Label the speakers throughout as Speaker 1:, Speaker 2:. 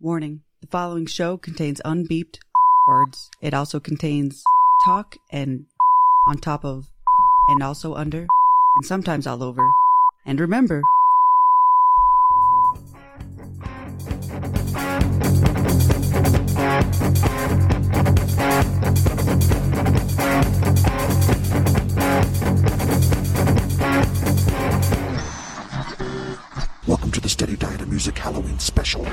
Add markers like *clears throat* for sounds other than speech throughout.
Speaker 1: Warning the following show contains unbeeped words. It also contains talk and on top of and also under and sometimes all over. And remember,
Speaker 2: Welcome to the Steady Diet of Music Halloween Special.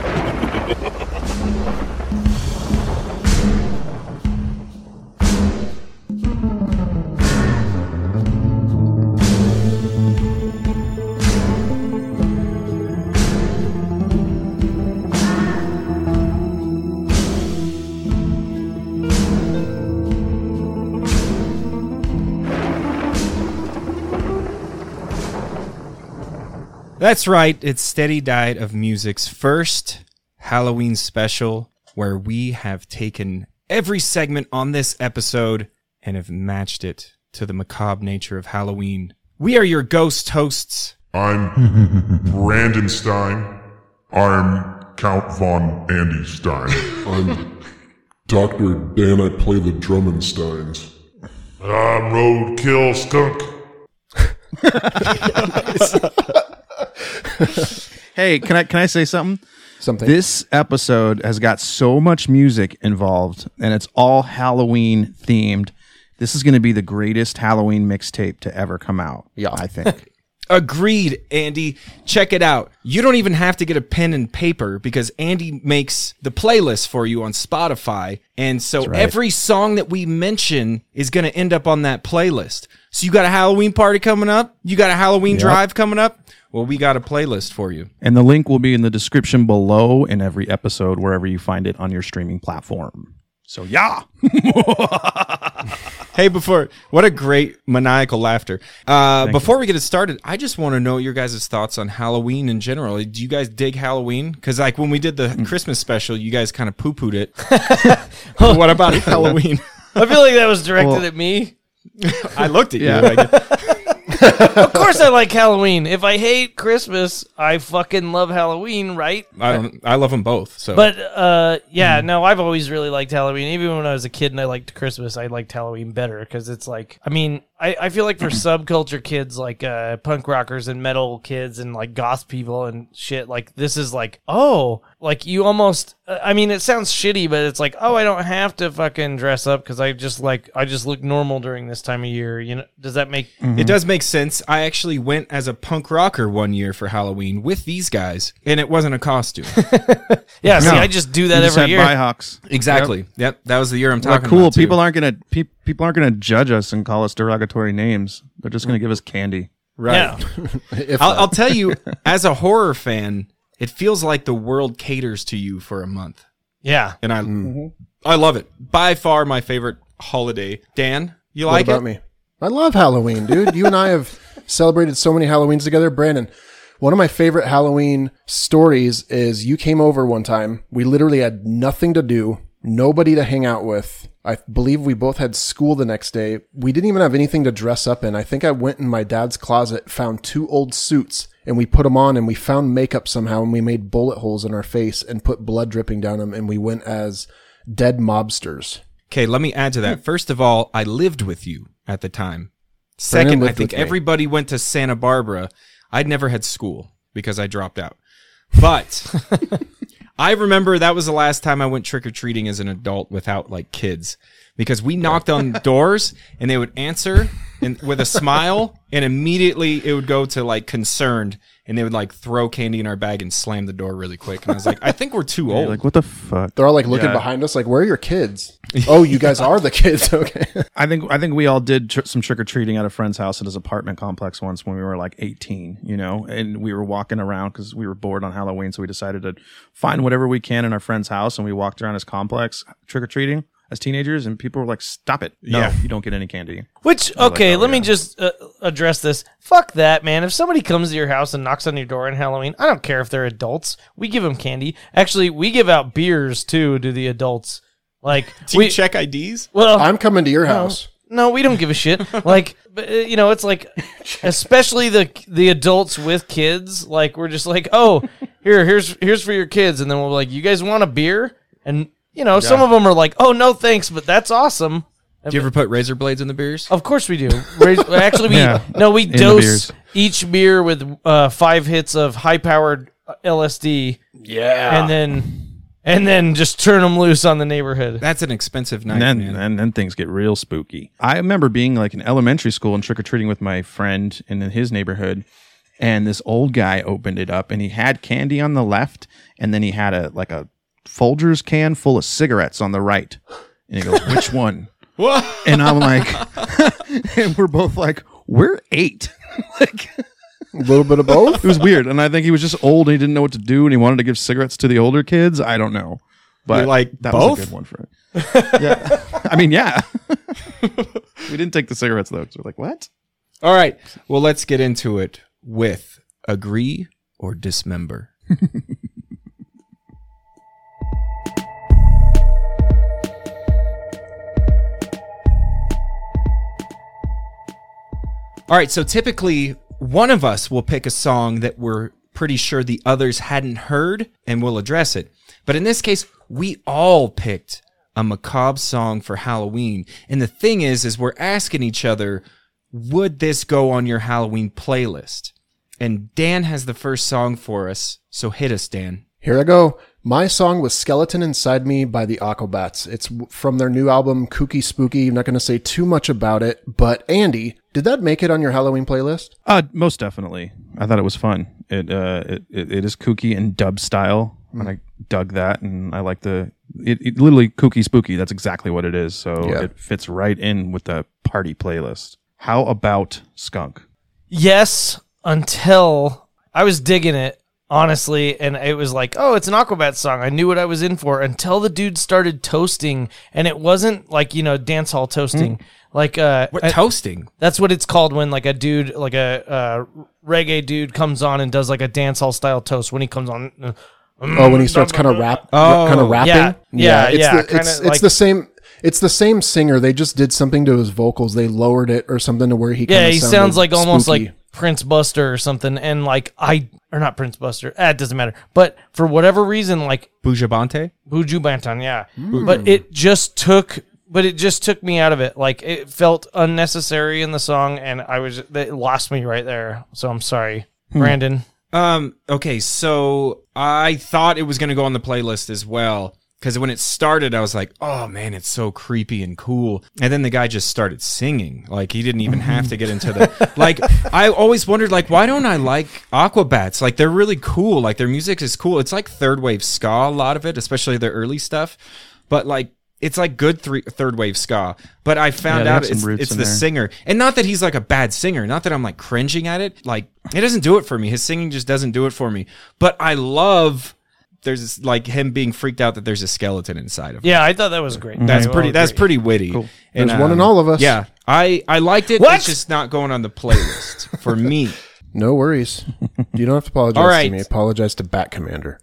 Speaker 3: That's right. It's Steady Diet of Music's first Halloween special where we have taken every segment on this episode and have matched it to the macabre nature of Halloween. We are your ghost hosts.
Speaker 4: I'm Brandon Stein. I'm Count Von Andy Stein.
Speaker 5: I'm Dr. Dan, I play the Drummensteins.
Speaker 4: And I'm Roadkill Skunk.
Speaker 6: Hey, can I can I say something?
Speaker 7: something.
Speaker 6: This episode has got so much music involved, and it's all Halloween themed. This is going to be the greatest Halloween mixtape to ever come out.
Speaker 7: Yeah.
Speaker 6: I think. *laughs*
Speaker 3: Agreed, Andy. Check it out. You don't even have to get a pen and paper because Andy makes the playlist for you on Spotify. And so every song that we mention is going to end up on that playlist. So you got a Halloween party coming up? You got a Halloween drive coming up? Well, we got a playlist for you.
Speaker 6: and the link will be in the description below in every episode, wherever you find it on your streaming platform. So yeah,
Speaker 3: Hey, before what a great maniacal laughter. Uh, before we get it started, I just want to know your guys' thoughts on Halloween in general. Do you guys dig Halloween? Because like when we did the Christmas special, you guys kind of poo pooed *laughs* it. But what about *laughs* Halloween?
Speaker 8: I feel like that was directed
Speaker 6: Well-
Speaker 8: at me.
Speaker 3: I looked at you. Like,
Speaker 8: Of course, I like Halloween. If I hate Christmas, I fucking love Halloween, right?
Speaker 3: I don't. I love them both. So,
Speaker 8: But uh, yeah, no, I've always really liked Halloween. Even when I was a kid and I liked Christmas, I liked Halloween better because it's like, I mean, I, I feel like for subculture kids, like uh, punk rockers and metal kids and like goth people and shit, like this is like, oh, like you almost, I mean, it sounds shitty, but it's like, oh, I don't have to fucking dress up because I just like, I just look normal during this time of year. You know, does that make
Speaker 3: it does make sense. I actually went as a punk rocker one year for Halloween with these guys, and it wasn't a costume.
Speaker 8: Yeah, see,
Speaker 6: No.
Speaker 8: I just do
Speaker 6: you
Speaker 8: that
Speaker 6: just had
Speaker 8: every year.
Speaker 6: Bihawks.
Speaker 3: *laughs* exactly. Yep. That was the year I'm
Speaker 6: We're
Speaker 3: talking.
Speaker 6: cool.
Speaker 3: about, too.
Speaker 6: People aren't gonna pe- people aren't gonna judge us and call us derogatory names. They're just gonna give us candy.
Speaker 3: right.
Speaker 8: Yeah.
Speaker 7: if
Speaker 3: I'll, I'll tell you, *laughs* as a horror fan, it feels like the world caters to you for a month,
Speaker 8: Yeah.
Speaker 3: and I,
Speaker 7: Mm-hmm.
Speaker 3: I love it. By far, my favorite holiday. Dan, you
Speaker 7: what
Speaker 3: like
Speaker 7: about
Speaker 3: it?
Speaker 7: me? I love Halloween, dude. You and I have *laughs* celebrated so many Halloweens together, Brandon. One of my favorite Halloween stories is you came over one time. We literally had nothing to do, nobody to hang out with. I believe we both had school the next day. We didn't even have anything to dress up in. I think I went in my dad's closet, found two old suits, and we put them on and we found makeup somehow and we made bullet holes in our face and put blood dripping down them and we went as dead mobsters.
Speaker 3: Okay, let me add to that. First of all, I lived with you at the time.
Speaker 7: Brandon
Speaker 3: Second, I
Speaker 7: lived
Speaker 3: think
Speaker 7: with me.
Speaker 3: everybody went to Santa Barbara. I'd never had school because I dropped out. But I remember that was the last time I went trick or treating as an adult without like kids because we knocked on doors and they would answer and with a smile and immediately it would go to like concerned and they would like throw candy in our bag and slam the door really quick and I was like I think we're too
Speaker 6: You're
Speaker 3: old.
Speaker 6: Like what the fuck?
Speaker 7: They're all like looking behind us, like, "Where are your kids?" *laughs* oh, you guys are the kids. *laughs* Okay,
Speaker 6: I think I think we all did tr- some trick or treating at a friend's house at his apartment complex once when we were like 18, you know, and we were walking around because we were bored on Halloween, so we decided to find whatever we can in our friend's house, and we walked around his complex trick or treating as teenagers, and people were like, "Stop it! No,
Speaker 3: Yeah.
Speaker 6: you don't get any candy."
Speaker 8: Which
Speaker 6: like,
Speaker 8: okay,
Speaker 6: oh,
Speaker 8: let me
Speaker 6: yeah.
Speaker 8: just uh, address this. Fuck that, man. If somebody comes to your house and knocks on your door on Halloween, I don't care if they're adults. We give them candy. Actually, we give out beers too to the adults. Like
Speaker 6: *laughs*
Speaker 3: Do you
Speaker 8: we
Speaker 3: check IDs?
Speaker 8: well, Oh.
Speaker 7: I'm coming to your house.
Speaker 8: No, we don't give a shit.
Speaker 6: *laughs*
Speaker 8: Like, but, uh, you know, it's like, especially the the adults with kids. Like, we're just like, oh, here, here's here's for your kids, and then we'll be like, you guys want a beer? And you know, some of them are like, oh, no, thanks, but that's awesome.
Speaker 3: Do you ever put razor blades in the beers?
Speaker 8: Of course we do. Rais- Actually,
Speaker 6: *laughs*
Speaker 8: we
Speaker 6: Yeah.
Speaker 8: no, we
Speaker 6: the
Speaker 8: dose
Speaker 6: beers.
Speaker 8: each beer with uh, five hits of uh, high powered LSD. Yeah, and then and then just turn them loose on the neighborhood.
Speaker 3: That's an expensive night,
Speaker 6: and then
Speaker 3: man.
Speaker 6: and then things get real spooky. I remember being like in elementary school and trick or treating with my friend and in his neighborhood, and this old guy opened it up and he had candy on the left, and then he had a like a Folgers can full of cigarettes on the right, and he goes,
Speaker 3: *laughs*
Speaker 6: "Which one?" And I'm like, *laughs* and we're both like, "We're eight. *laughs* like
Speaker 7: A little bit of both.
Speaker 6: it was weird, and I think he was just old and he didn't know what to do, and he wanted to give cigarettes to the older kids. I don't know, but
Speaker 3: You're like,
Speaker 6: that
Speaker 3: "Both?"
Speaker 6: was a good one for it. *laughs* yeah, I mean, yeah. *laughs* we didn't take the cigarettes though, 'cause we're like, what?
Speaker 3: All right. Well, let's get into it with agree or dismember. All right. So typically, one of us will pick a song that we're pretty sure the others hadn't heard and we'll address it. But in this case, we all picked a macabre song for Halloween. And the thing is, is we're asking each other, would this go on your Halloween playlist? And Dan has the first song for us. So hit us, Dan.
Speaker 7: Here I go. My song was Skeleton Inside Me by the Aquabats. It's w- from their new album, Kooky Spooky. I'm not going to say too much about it, but Andy, did that make it on your Halloween playlist?
Speaker 6: Uh, most definitely. I thought it was fun. It uh, it, it, it is kooky and dub style, and I dug that, and I like the it, it literally kooky spooky. That's exactly what it is. So
Speaker 7: Yeah.
Speaker 6: it fits right in with the party playlist. How about skunk?
Speaker 8: Yes, until I was digging it honestly, and it was like, oh, it's an Aquabat song. I knew what I was in for until the dude started toasting, and it wasn't like you know dance hall
Speaker 6: Mm.
Speaker 8: toasting. Like uh,
Speaker 3: What
Speaker 8: I-
Speaker 3: toasting?
Speaker 8: That's what it's called when like a dude, like a uh, reggae dude, comes on and does like a dance hall style toast. When he comes on, uh,
Speaker 7: Oh, when he starts kind of rap,
Speaker 3: Oh,
Speaker 7: kind of rapping.
Speaker 8: yeah, yeah,
Speaker 7: it's
Speaker 8: yeah,
Speaker 7: The,
Speaker 8: kinda
Speaker 7: it's,
Speaker 8: like-
Speaker 7: it's the same. It's the same singer. They just did something to his vocals. They lowered it or something to where he.
Speaker 8: yeah,
Speaker 7: kinda
Speaker 8: he
Speaker 7: sounded
Speaker 8: sounds like almost
Speaker 7: spooky.
Speaker 8: like Prince Buster or something. And like I or not Prince Buster, ah, it doesn't matter. But for whatever reason, like
Speaker 3: Bujabante?
Speaker 8: Buju Banton, yeah.
Speaker 7: Hmm.
Speaker 8: But it just took, but it just took me out of it. Like it felt unnecessary in the song, and I was it lost me right there. So I'm sorry,
Speaker 7: Hmm.
Speaker 8: Brandon.
Speaker 3: Um, okay, so I thought it was gonna go on the playlist as well. Cause when it started, I was like, oh man, it's so creepy and cool. And then the guy just started singing. Like he didn't even have to get into
Speaker 6: *laughs*
Speaker 3: the like I always wondered like why don't I like Aquabats? Like they're really cool. Like their music is cool. It's like third wave ska, a lot of it, especially their early stuff. But like it's like good three, third wave ska, but I found
Speaker 6: they have
Speaker 3: out
Speaker 6: some
Speaker 3: it's,
Speaker 6: roots
Speaker 3: it's the
Speaker 6: in there.
Speaker 3: singer. And not that he's like a bad singer, not that I'm like cringing at it. Like it doesn't do it for me. His singing just doesn't do it for me. But I love there's this, like him being freaked out that there's a skeleton inside of him.
Speaker 8: Yeah, I thought that was great.
Speaker 3: That's
Speaker 8: I will
Speaker 3: pretty that's
Speaker 8: agree.
Speaker 3: pretty witty. And, um,
Speaker 7: There's one in all of us.
Speaker 3: Yeah. I I liked it.
Speaker 8: What?
Speaker 3: It's just not going on the playlist for me.
Speaker 7: *laughs* No
Speaker 8: *laughs*
Speaker 7: worries. You don't have to apologize
Speaker 3: All right.
Speaker 7: to me. Apologize to Bat Commander.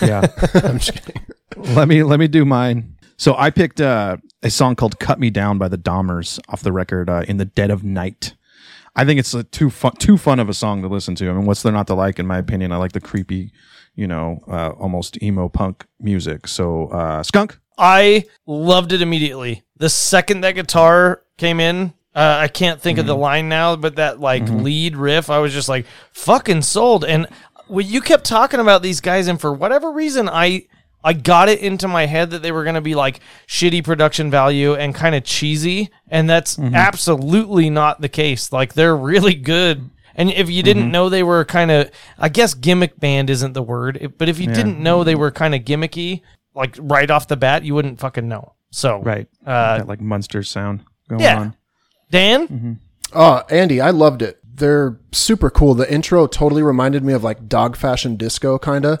Speaker 7: Yeah, I'm just kidding.
Speaker 6: let me let me do mine. So I picked uh, a song called "Cut Me Down" by the Dahmers off the record uh, "In the Dead of Night." I think it's uh, too fun too fun of a song to listen to. I mean, what's there not to like? In my opinion, I like the creepy, you know, uh, almost emo punk music. So uh, skunk.
Speaker 8: I loved it immediately. The second that guitar came in, uh, I can't think of the line now, but that like lead riff, I was just like fucking sold. And well, you kept talking about these guys, and for whatever reason, I I got it into my head that they were going to be like shitty production value and kind of cheesy, and that's absolutely not the case. Like they're really good. And if you
Speaker 3: Mm-hmm.
Speaker 8: didn't know they were kind of, I guess gimmick band isn't the word, it- but if you didn't know
Speaker 3: Mm-hmm.
Speaker 8: they were kind of gimmicky, like right off the bat, you wouldn't fucking know. So
Speaker 6: Uh, that like Munster sound going
Speaker 8: yeah.
Speaker 6: on.
Speaker 8: Dan,
Speaker 3: Mm-hmm.
Speaker 7: Oh, Andy, I loved it. They're super cool. The intro totally reminded me of like dog fashion disco, kinda.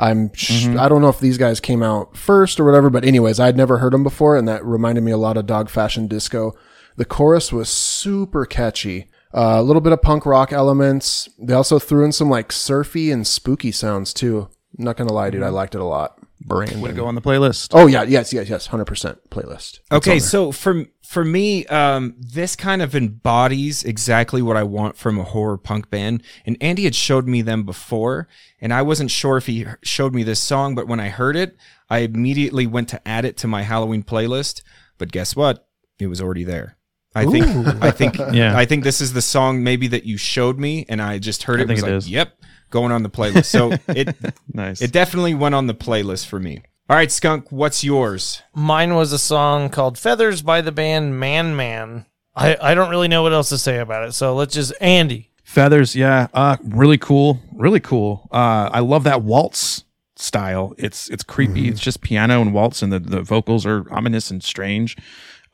Speaker 7: I'm sh- I don't know if these guys came out first or whatever, but anyways, I'd never heard them before, and that reminded me a lot of dog fashion disco. The chorus was super catchy. Uh, a little bit of punk rock elements. They also threw in some like surfy and spooky sounds too. Not gonna lie, dude, I liked it a lot. Brandon.
Speaker 6: Would it go on the playlist?
Speaker 7: Oh yeah, yes, yes, yes, hundred percent playlist.
Speaker 3: Okay, so for for me, um, this kind of embodies exactly what I want from a horror punk band. And Andy had showed me them before, and I wasn't sure if he showed me this song, but when I heard it, I immediately went to add it to my Halloween playlist. But guess what? It was already there. I think I think
Speaker 6: *laughs* Yeah.
Speaker 3: I think this is the song maybe that you showed me, and I just heard
Speaker 6: I
Speaker 3: it. and
Speaker 6: think
Speaker 3: was
Speaker 6: it
Speaker 3: like,
Speaker 6: is.
Speaker 3: Yep, going on the playlist.
Speaker 6: *laughs*
Speaker 3: So it
Speaker 6: Nice.
Speaker 3: it definitely went on the playlist for me. All right, Skunk, what's yours?
Speaker 8: Mine was a song called Feathers by the band Man Man. I, I don't really know what else to say about it. So let's just Andy.
Speaker 6: Feathers, yeah, uh, really cool, really cool. Uh, I love that waltz style. It's it's creepy. It's just piano and waltz, and the, the vocals are ominous and strange.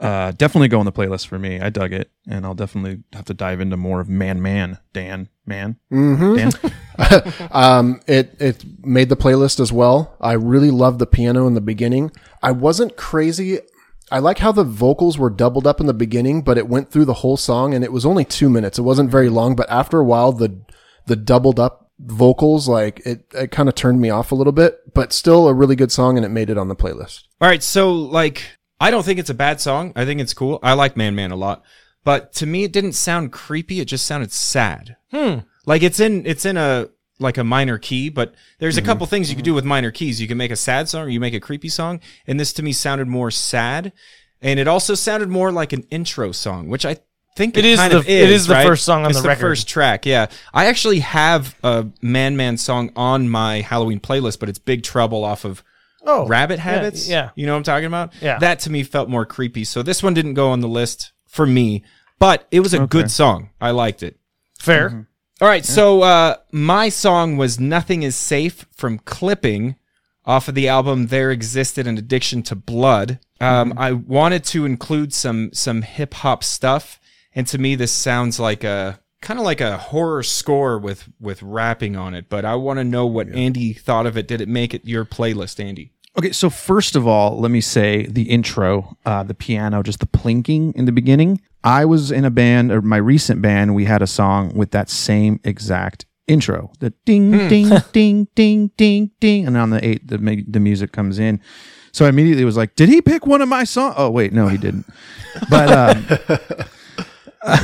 Speaker 6: Uh, definitely go on the playlist for me. I dug it, and I'll definitely have to dive into more of Man Man Dan Man.
Speaker 7: Mm-hmm.
Speaker 6: Dan.
Speaker 7: Um, it it made the playlist as well. I really loved the piano in the beginning. I wasn't crazy. I like how the vocals were doubled up in the beginning, but it went through the whole song, and it was only two minutes. It wasn't very long, but after a while, the the doubled up vocals like it it kind of turned me off a little bit, but still a really good song, and it made it on the playlist.
Speaker 3: All right, so like I don't think it's a bad song. I think it's cool. I like Man Man a lot. But to me it didn't sound creepy, it just sounded sad.
Speaker 8: Hmm.
Speaker 3: Like it's in it's in a like a minor key, but there's
Speaker 8: Mm-hmm.
Speaker 3: a couple things you can do with minor keys. You can make a sad song or you make a creepy song, and this to me sounded more sad. And it also sounded more like an intro song, which I think
Speaker 8: It
Speaker 3: it,
Speaker 8: is
Speaker 3: kind
Speaker 8: the-
Speaker 3: of is.
Speaker 8: it is the
Speaker 3: right?
Speaker 8: first song on
Speaker 3: It's
Speaker 8: the record.
Speaker 3: first track, yeah. I actually have a Man Man song on my Halloween playlist, but it's Big Trouble off of
Speaker 8: Oh,
Speaker 3: rabbit
Speaker 8: yeah,
Speaker 3: habits.
Speaker 8: Yeah.
Speaker 3: You know what I'm talking about?
Speaker 8: Yeah.
Speaker 3: That to me felt more creepy. So this one didn't go on the list for me, but it was a good song. I liked it.
Speaker 8: Fair.
Speaker 3: Mm-hmm. All right. So uh, my song was Nothing is Safe from Clipping off of the album There Existed an Addiction to Blood. Um, I wanted to include some some hip hop stuff. And to me, this sounds like a kind of like a horror score with with rapping on it. But I want to know what Andy thought of it. Did it make it your playlist, Andy?
Speaker 6: Okay, so first of all, let me say the intro, uh, the piano, just the plinking in the beginning. I was in a band, or my recent band, we had a song with that same exact intro. The ding, ding, ding, ding, ding, ding, and on the eight, the mu- the music comes in. So I immediately was like, "Did he pick one of my songs?" Oh wait, no, he didn't. But um, I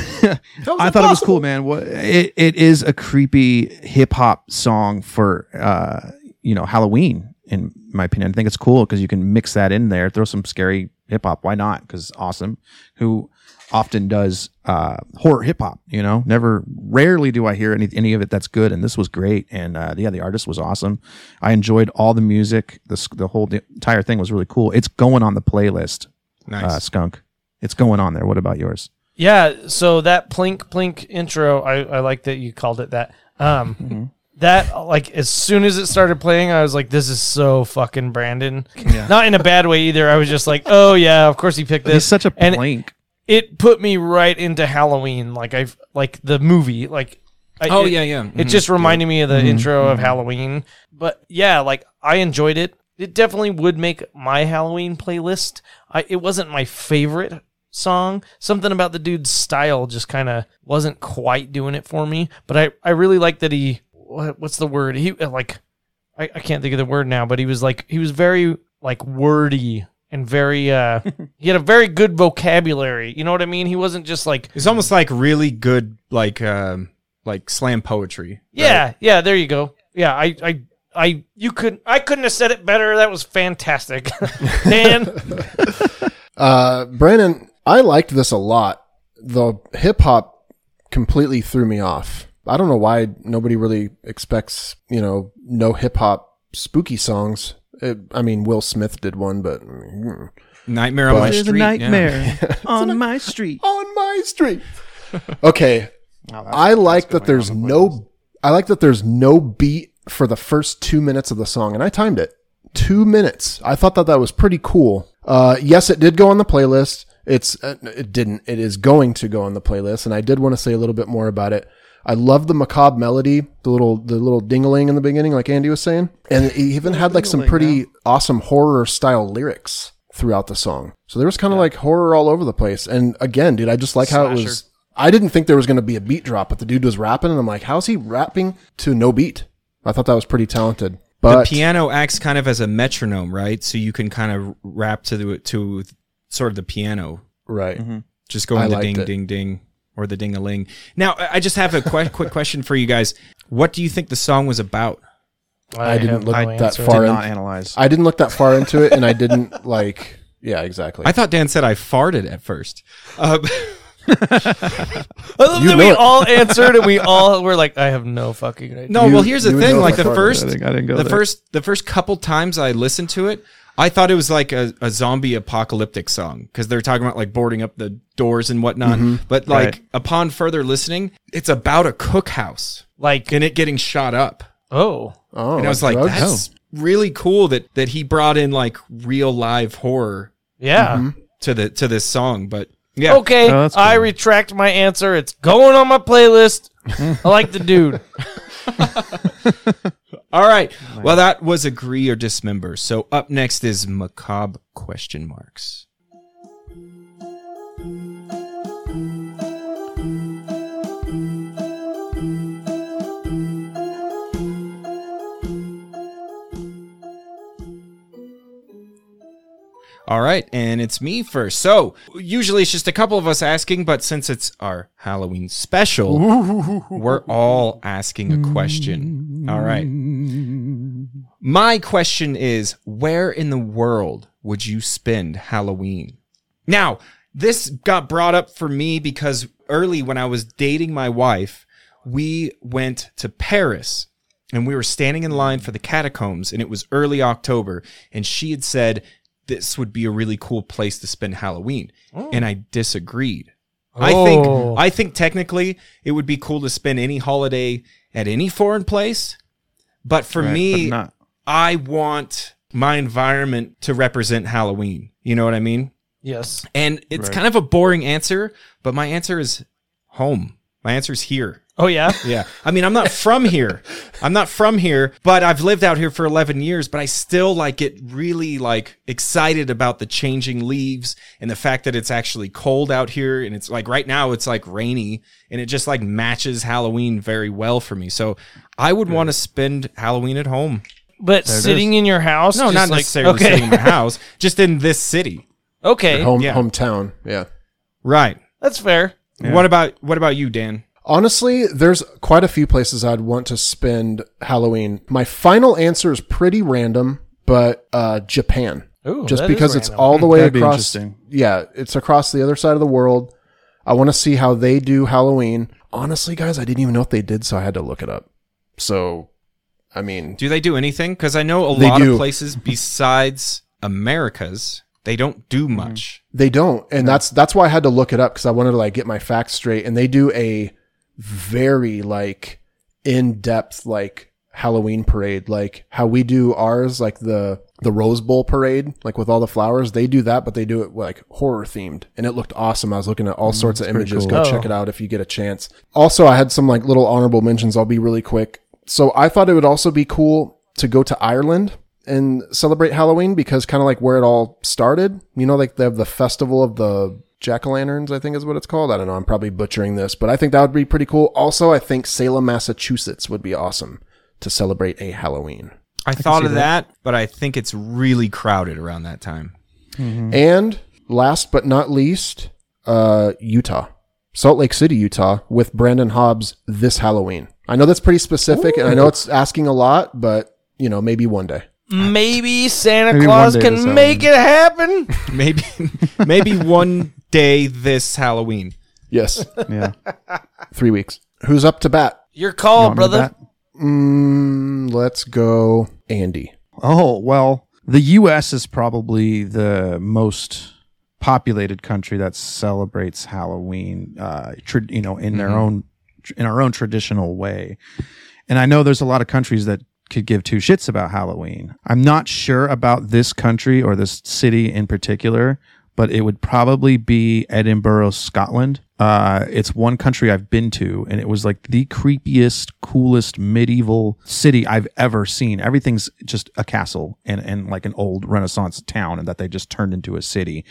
Speaker 6: thought it was cool, man. What it, it is a creepy hip hop song for uh, you know Halloween, in my opinion. I think it's cool because you can mix that in there, throw some scary hip hop. Why not? Because awesome, who often does uh, horror hip hop. You know, never, rarely do I hear any any of it that's good, and this was great. And uh, yeah, the artist was awesome. I enjoyed all the music. The s- the whole the entire thing was really cool. It's going on the playlist,
Speaker 3: Nice.
Speaker 6: uh, Skunk. It's going on there. What about yours?
Speaker 8: Yeah, so that plink plink intro, I, I like that you called it that.
Speaker 6: *laughs*
Speaker 8: Um
Speaker 6: Mm-hmm.
Speaker 8: that like as soon as it started playing, I was like, This is so fucking Brandon. Not in a bad way either. I was just like, Oh yeah, of course he picked this.
Speaker 6: He's such a
Speaker 8: and
Speaker 6: blank.
Speaker 8: it put me right into Halloween, like I've like the movie. Like I,
Speaker 3: Oh
Speaker 8: it-
Speaker 3: yeah, yeah. Mm-hmm.
Speaker 8: It just reminded me of the intro of Halloween. But yeah, like I enjoyed it. It definitely would make my Halloween playlist. I it wasn't my favorite song. Something about the dude's style just kind of wasn't quite doing it for me. But I I really like that he what, what's the word? He uh, like I, I can't think of the word now, but he was like he was very like wordy and very uh he had a very good vocabulary. You know what I mean? He wasn't just like
Speaker 3: It's almost like really good, like um, like slam poetry. right?
Speaker 8: Yeah, yeah, there you go. Yeah, I, I, I, you could, I couldn't have said it better. That was fantastic, Dan.
Speaker 7: Uh, Brandon, I liked this a lot. The hip hop completely threw me off. I don't know why nobody really expects, you know, no hip hop spooky songs. It, I mean, Will Smith did one, but mm,
Speaker 3: Nightmare on my
Speaker 7: There's
Speaker 3: street. yeah.
Speaker 6: *laughs* on my street.
Speaker 7: on my street. okay, I like that there's no. I like that there's no beat for the first two minutes of the song, and I timed it two minutes. I thought that that was pretty cool. Uh, yes, it did go on the playlist. It's uh, it didn't. It is going to go on the playlist, and I did want to say a little bit more about it. I love the macabre melody, the little the little dingaling in the beginning, like Andy was saying, and it even had like some pretty awesome horror style lyrics throughout the song. So there was kind of like horror all over the place. And again, dude, I just like how it was. I didn't think there was going to be a beat drop, but the dude was rapping, and I'm like, how's he rapping to no beat? I thought that was pretty talented. But
Speaker 3: the piano acts kind of as a metronome, right? So you can kind of rap to the to sort of the piano,
Speaker 7: right.
Speaker 3: just
Speaker 7: I
Speaker 3: going the
Speaker 7: liked
Speaker 3: ding
Speaker 7: it.
Speaker 3: ding ding or the ding a ling. Now, I I just have a quick *laughs* quick question for you guys. What do you think the song was about?
Speaker 7: I didn't
Speaker 8: have
Speaker 7: look
Speaker 8: no
Speaker 7: that
Speaker 8: answer.
Speaker 7: far
Speaker 6: Did
Speaker 7: in-
Speaker 6: not analyze.
Speaker 7: I didn't look that far into it, and I didn't *laughs* like. Yeah, exactly.
Speaker 3: I thought Dan said I farted at first. Uh, *laughs*
Speaker 8: I love
Speaker 7: You
Speaker 8: that
Speaker 7: know
Speaker 8: we
Speaker 7: it.
Speaker 8: all answered
Speaker 7: *laughs*
Speaker 8: and we all were like, I have no fucking idea.
Speaker 3: no,
Speaker 7: You-
Speaker 3: well, here's the
Speaker 7: you would
Speaker 3: thing.
Speaker 7: know
Speaker 3: Like
Speaker 7: if I
Speaker 3: the
Speaker 7: farted.
Speaker 3: first,
Speaker 6: I think I didn't go
Speaker 3: the
Speaker 6: there.
Speaker 3: first, the first couple times I listened to it, I thought it was like a, a zombie apocalyptic song because they're talking about like boarding up the doors and whatnot. But like
Speaker 6: Mm-hmm. Right.
Speaker 3: upon further listening, it's about a cookhouse
Speaker 8: Like,
Speaker 3: and it getting shot up.
Speaker 8: oh,
Speaker 7: oh,
Speaker 3: and I was like,
Speaker 7: drugs?
Speaker 3: that's really cool that that he brought in like real live horror
Speaker 8: yeah.
Speaker 7: Mm-hmm.
Speaker 3: to the to this song. But yeah,
Speaker 8: Okay,
Speaker 6: Oh, that's
Speaker 8: I
Speaker 6: cool.
Speaker 8: retract my answer. It's going on my playlist. I like the dude.
Speaker 3: all right. Well, that was agree or dismember. So up next is macabre question marks. All right, and it's me first. So usually it's just a couple of us asking, but since it's our Halloween special, we're all asking a question. All right. My question is where in the world would you spend Halloween? Now, this got brought up for me because early when I was dating my wife, we went to Paris and we were standing in line for the catacombs and it was early October and she had said this would be a really cool place to spend Halloween
Speaker 6: Oh.
Speaker 3: and I disagreed. I
Speaker 8: Oh.
Speaker 3: think I think technically it would be cool to spend any holiday at any foreign place but for
Speaker 6: Right,
Speaker 3: me
Speaker 6: but *laughs* not.
Speaker 3: I want my environment to represent Halloween. You know what I mean?
Speaker 8: Yes.
Speaker 3: And it's kind of a boring answer, but my answer is home. My answer is here.
Speaker 8: Oh, yeah.
Speaker 3: Yeah. I mean, I'm not from here. I'm not from here, but I've lived out here for 11 years, but I still like get really like excited about the changing leaves and the fact that it's actually cold out here. And it's like right now it's like rainy and it just like matches Halloween very well for me. So I would want to spend Halloween at home.
Speaker 8: But sitting in your house?
Speaker 3: No,
Speaker 8: just
Speaker 3: not
Speaker 8: like-
Speaker 3: necessarily *laughs*
Speaker 8: okay.
Speaker 3: sitting in my house, just in this city.
Speaker 8: *laughs* okay,
Speaker 7: home
Speaker 3: Yeah.
Speaker 7: hometown. Yeah.
Speaker 3: Right.
Speaker 8: that's fair.
Speaker 3: What about what about you, Dan?
Speaker 7: Honestly, there's quite a few places I'd want to spend Halloween. My final answer is pretty random, but uh, Japan.
Speaker 8: Ooh,
Speaker 7: Just
Speaker 8: that is
Speaker 7: because it's
Speaker 8: random.
Speaker 7: all the way
Speaker 6: That'd be
Speaker 7: across.
Speaker 6: interesting.
Speaker 7: Yeah, it's across the other side of the world. I want to see how they do Halloween. Honestly, guys, I didn't even know if they did, so I had to look it up. So, I mean,
Speaker 3: Do they do anything? Because I know a
Speaker 7: They
Speaker 3: lot
Speaker 7: do.
Speaker 3: of
Speaker 6: *laughs*
Speaker 3: places besides America's, they don't do much.
Speaker 7: They don't, and that's that's why I had to look it up because I wanted to like get my facts straight. And they do a very like in depth like Halloween parade, like how we do ours, like the the Rose Bowl parade, like with all the flowers. They do that, but they do it like horror themed, and it looked awesome. I was looking at all sorts of images. Go
Speaker 8: cool.
Speaker 7: check it out if you get a chance. Also, I had some like little honorable mentions. I'll be really quick. So I thought it would also be cool to go to Ireland and celebrate Halloween because kind of like where it all started. You know, like they have the festival of the jack o' lanterns, I think is what it's called. I don't know. I'm probably butchering this, but I think that would be pretty cool. Also, I think Salem, Massachusetts would be awesome to celebrate a Halloween.
Speaker 3: I, thought of that. but I think it's really crowded around that time.
Speaker 7: And last but not least, uh, Utah. Salt Lake City, Utah, with Brandon Hobbs this Halloween. I know that's pretty specific, and I know it's asking a lot, but you know, maybe one day.
Speaker 8: Maybe Santa
Speaker 6: Maybe one
Speaker 8: Claus
Speaker 6: day this
Speaker 8: can make it happen.
Speaker 3: *laughs* Maybe *laughs* maybe one day this Halloween.
Speaker 7: Yes,
Speaker 6: Yeah.
Speaker 7: *laughs* three weeks. Who's up to bat?
Speaker 8: Your call,
Speaker 6: Want me to
Speaker 8: brother.
Speaker 6: bat?
Speaker 7: Mm, let's go, Andy.
Speaker 6: Oh, well, the U.S. is probably the most populated country that celebrates Halloween, uh, tra- you know, in their own, in our own traditional way. And I know there's a lot of countries that could give two shits about Halloween. I'm not sure about this country or this city in particular, but it would probably be Edinburgh, Scotland. Uh, it's one country I've been to, and it was like the creepiest, coolest medieval city I've ever seen. Everything's just a castle and, and like an old Renaissance town, and that they just turned into a city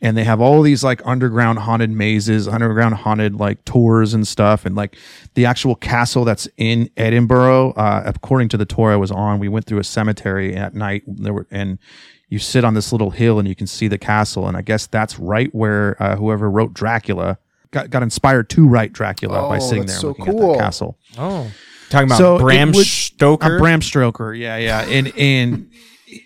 Speaker 6: and they have all these like underground haunted mazes, underground haunted like tours and stuff, and like the actual castle that's in Edinburgh. Uh, according to the tour I was on, we went through a cemetery at night. There were and you sit on this little hill and you can see the castle, and I guess that's right where uh, whoever wrote Dracula got, got inspired to write Dracula by
Speaker 7: Oh,
Speaker 6: sitting
Speaker 7: that's
Speaker 6: there
Speaker 7: so
Speaker 6: looking at
Speaker 7: cool.
Speaker 6: that castle.
Speaker 8: Oh,
Speaker 3: Talking about
Speaker 6: So it
Speaker 3: Bram
Speaker 6: would-
Speaker 3: Stoker.
Speaker 6: A Bram Stoker, yeah, yeah, and and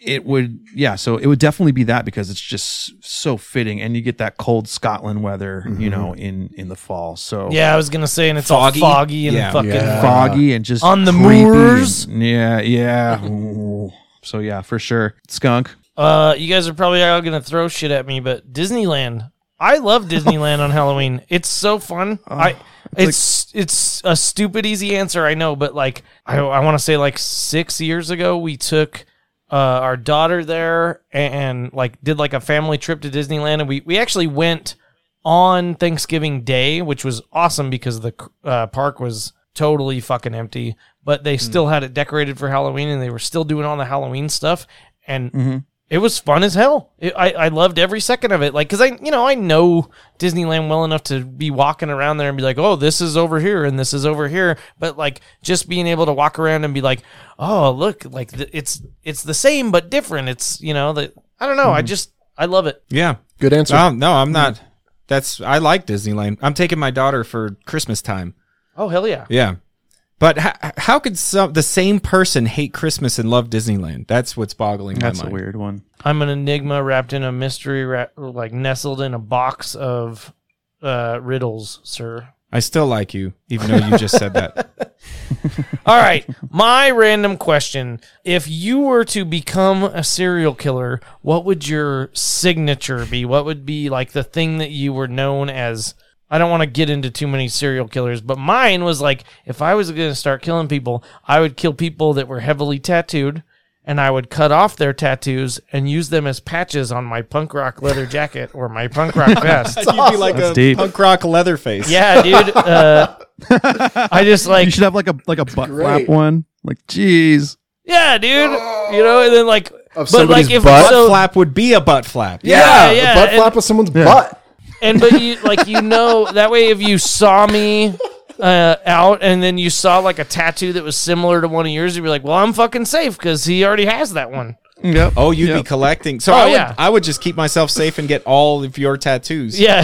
Speaker 6: it would, yeah. So it would definitely be that because it's just so fitting, and you get that cold Scotland weather,
Speaker 3: Mm-hmm.
Speaker 6: you know, in in the fall. So
Speaker 8: yeah. I was gonna say, and it's
Speaker 3: Foggy?
Speaker 8: all foggy and
Speaker 3: Yeah.
Speaker 8: fucking.
Speaker 7: Yeah.
Speaker 6: foggy and just
Speaker 8: On the
Speaker 6: creepy and-
Speaker 8: moors?
Speaker 6: yeah, yeah. Ooh. So yeah, for sure, skunk.
Speaker 8: Uh, you guys are probably all gonna throw shit at me, but Disneyland. I love Disneyland on Halloween. It's so fun. I. It's it's a stupid easy answer, I know, but like I, I want to say like six years ago we took uh, our daughter there and, and like did like a family trip to Disneyland, and we we actually went on Thanksgiving Day, which was awesome because the uh, park was totally fucking empty, but they still had it decorated for Halloween and they were still doing all the Halloween stuff. And it was fun as hell. It, I, I loved every second of it. Like, cause I, you know, I know Disneyland well enough to be walking around there and be like, oh, this is over here and this is over here. But like, just being able to walk around and be like, oh, look, like th- it's, it's the same, but different. It's, you know, that I don't know. I just, I love it.
Speaker 3: yeah.
Speaker 7: Good answer.
Speaker 3: Um, no, I'm not. That's I like Disneyland. I'm taking my daughter for Christmas time.
Speaker 8: Oh, hell yeah.
Speaker 3: Yeah. But how, how could some, the same person hate Christmas and love Disneyland? That's what's boggling
Speaker 6: That's
Speaker 3: my
Speaker 6: a
Speaker 3: mind.
Speaker 6: weird one.
Speaker 8: I'm an enigma wrapped in a mystery, ra- like nestled in a box of uh, riddles, sir.
Speaker 3: I still like you, even though you just said
Speaker 6: *laughs*
Speaker 3: that.
Speaker 8: All right, my random question: If you were to become a serial killer, what would your signature be? What would be like the thing that you were known as? I don't want to get into too many serial killers, but mine was like if I was going to start killing people, I would kill people that were heavily tattooed. And I would cut off their tattoos and use them as patches on my punk rock leather jacket or my punk rock vest.
Speaker 3: You'd be like
Speaker 6: That's
Speaker 3: a
Speaker 6: deep.
Speaker 3: punk rock Leatherface.
Speaker 8: Yeah, dude. Uh, I just like,
Speaker 6: you should have like a like a butt
Speaker 7: great.
Speaker 6: flap one. Like, jeez.
Speaker 8: yeah, dude. You know, and then like,
Speaker 7: Of
Speaker 8: but like
Speaker 7: somebody's
Speaker 8: if
Speaker 7: butt?
Speaker 3: Butt
Speaker 8: so,
Speaker 3: flap would be a butt flap.
Speaker 8: yeah,
Speaker 7: a
Speaker 8: yeah,
Speaker 7: butt
Speaker 8: and-
Speaker 7: flap of someone's butt.
Speaker 8: *laughs* and but you like you know that way if you saw me. Uh, out and then you saw like a tattoo that was similar to one of yours. You'd be like, "Well, I'm fucking safe because he already has that one." *laughs*
Speaker 6: Yep.
Speaker 3: Oh, you'd be
Speaker 6: Yep.
Speaker 3: collecting. So
Speaker 8: Oh,
Speaker 3: I, would,
Speaker 8: yeah.
Speaker 3: I would just keep myself safe and get all of your tattoos.
Speaker 8: Yeah,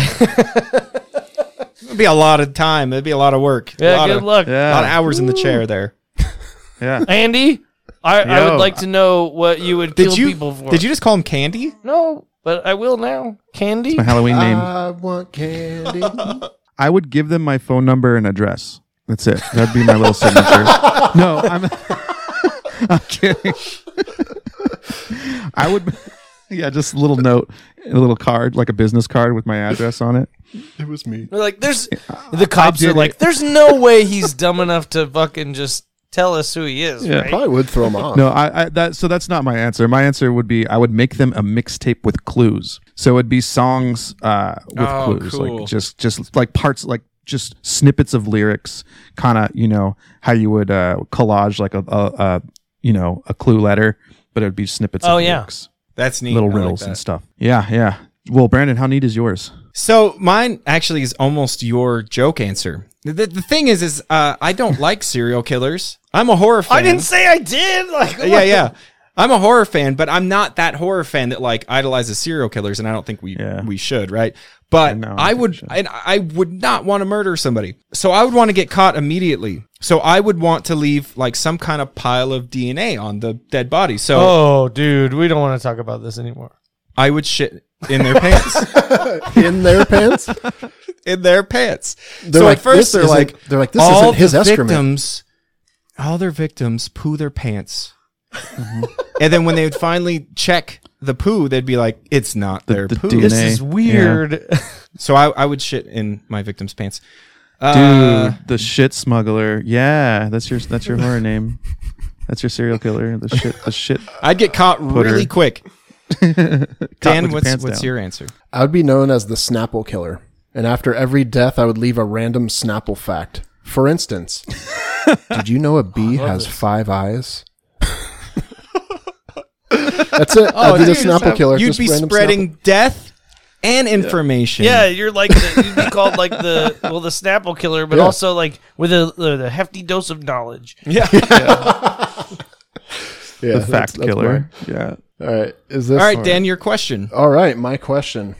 Speaker 3: It'd be a lot of time. It'd be a lot of work. a
Speaker 8: yeah.
Speaker 3: lot
Speaker 8: Good
Speaker 3: of,
Speaker 8: luck,
Speaker 3: A lot of
Speaker 6: Yeah.
Speaker 3: hours in the chair there.
Speaker 6: Yeah.
Speaker 8: Andy. I, I
Speaker 6: Yo.
Speaker 8: would like to know what you would
Speaker 3: Did
Speaker 8: kill
Speaker 3: you
Speaker 8: people for.
Speaker 3: did you just call him Candy?
Speaker 8: No, but I will now.
Speaker 6: *laughs*
Speaker 8: Candy.
Speaker 6: My Halloween name.
Speaker 7: I want candy.
Speaker 6: I would give them my phone number and address. That's it. That'd be my little signature. no, I'm, *laughs* I'm kidding. I would, *laughs* yeah, just a little note, a little card, like a business card with my address on it.
Speaker 7: it was me.
Speaker 8: They're like, there's the cops
Speaker 6: did
Speaker 8: are like,
Speaker 6: it.
Speaker 8: there's no way he's dumb enough to fucking just tell us who he is.
Speaker 6: Yeah.
Speaker 8: right?
Speaker 7: *laughs* Probably would throw him off.
Speaker 6: No, I, I that so that's not my answer. My answer would be I would make them a mixtape with clues. So it'd be songs uh, with
Speaker 3: Oh,
Speaker 6: clues,
Speaker 3: cool.
Speaker 6: like just just like parts, like just snippets of lyrics, kind of you know how you would uh, collage like a, a, a you know a clue letter, but it would be snippets.
Speaker 8: Oh,
Speaker 6: of
Speaker 8: yeah.
Speaker 6: lyrics,
Speaker 3: That's neat.
Speaker 6: little
Speaker 3: I like
Speaker 6: riddles
Speaker 3: that.
Speaker 6: and stuff. Yeah, yeah. Well, Brandon, how neat is yours?
Speaker 3: So mine actually is almost your joke answer. The, the thing is, is uh, I don't like serial killers. I'm a horror fan.
Speaker 8: I didn't say I did. *laughs* Like,
Speaker 3: Yeah, yeah. I'm a horror fan, but I'm not that horror fan that like idolizes serial killers, and I don't think we
Speaker 6: Yeah.
Speaker 3: we should, right? But
Speaker 6: No, I don't
Speaker 3: I
Speaker 6: think we
Speaker 3: would,
Speaker 6: should.
Speaker 3: and I would not want to murder somebody. So I would want to get caught immediately. So I would want to leave like some kind of pile of DNA on the dead body. So
Speaker 8: Oh, dude, we don't want to talk about this anymore.
Speaker 3: I would shit in their pants,
Speaker 7: In their pants. They're
Speaker 3: in their pants. so at first
Speaker 7: this
Speaker 3: they're
Speaker 7: isn't-
Speaker 3: like,
Speaker 7: they're like, this
Speaker 3: all
Speaker 7: isn't his
Speaker 3: the
Speaker 7: excrement.
Speaker 3: victims, all their victims poo their pants, and then when they would finally check the poo, they'd be like, "It's not their
Speaker 6: the
Speaker 3: poo."
Speaker 6: DNA.
Speaker 8: This
Speaker 6: Nay,
Speaker 8: is weird.
Speaker 3: So I, I would shit in my victim's pants.
Speaker 6: Dude,
Speaker 3: Uh,
Speaker 6: the shit smuggler. Yeah, that's your that's your
Speaker 3: *laughs*
Speaker 6: horror name. That's your serial killer. The shit. The shit.
Speaker 3: I'd get caught really quick. Dan,
Speaker 6: with your
Speaker 3: what's
Speaker 6: pants
Speaker 3: what's
Speaker 6: down.
Speaker 3: your answer?
Speaker 7: I would be known as the Snapple Killer. And after every death, I would leave a random Snapple fact. For
Speaker 3: *laughs*
Speaker 7: instance, did you know
Speaker 3: Oh,
Speaker 7: a bee has five eyes? That's it. I'd be the
Speaker 3: dude,
Speaker 7: Snapple Killer.
Speaker 3: You'd
Speaker 7: just
Speaker 3: be
Speaker 7: random
Speaker 3: spreading death, and information.
Speaker 8: Yeah, *laughs* you're like the, you'd be called like the well the Snapple killer, but
Speaker 7: Yeah.
Speaker 8: also like with a with a hefty dose of knowledge.
Speaker 3: yeah.
Speaker 7: Yeah,
Speaker 6: the
Speaker 7: that's-
Speaker 6: fact
Speaker 7: that's
Speaker 6: killer. Yeah.
Speaker 7: mine. All right, is this
Speaker 3: All right, Dan, your question.
Speaker 7: All right, my question.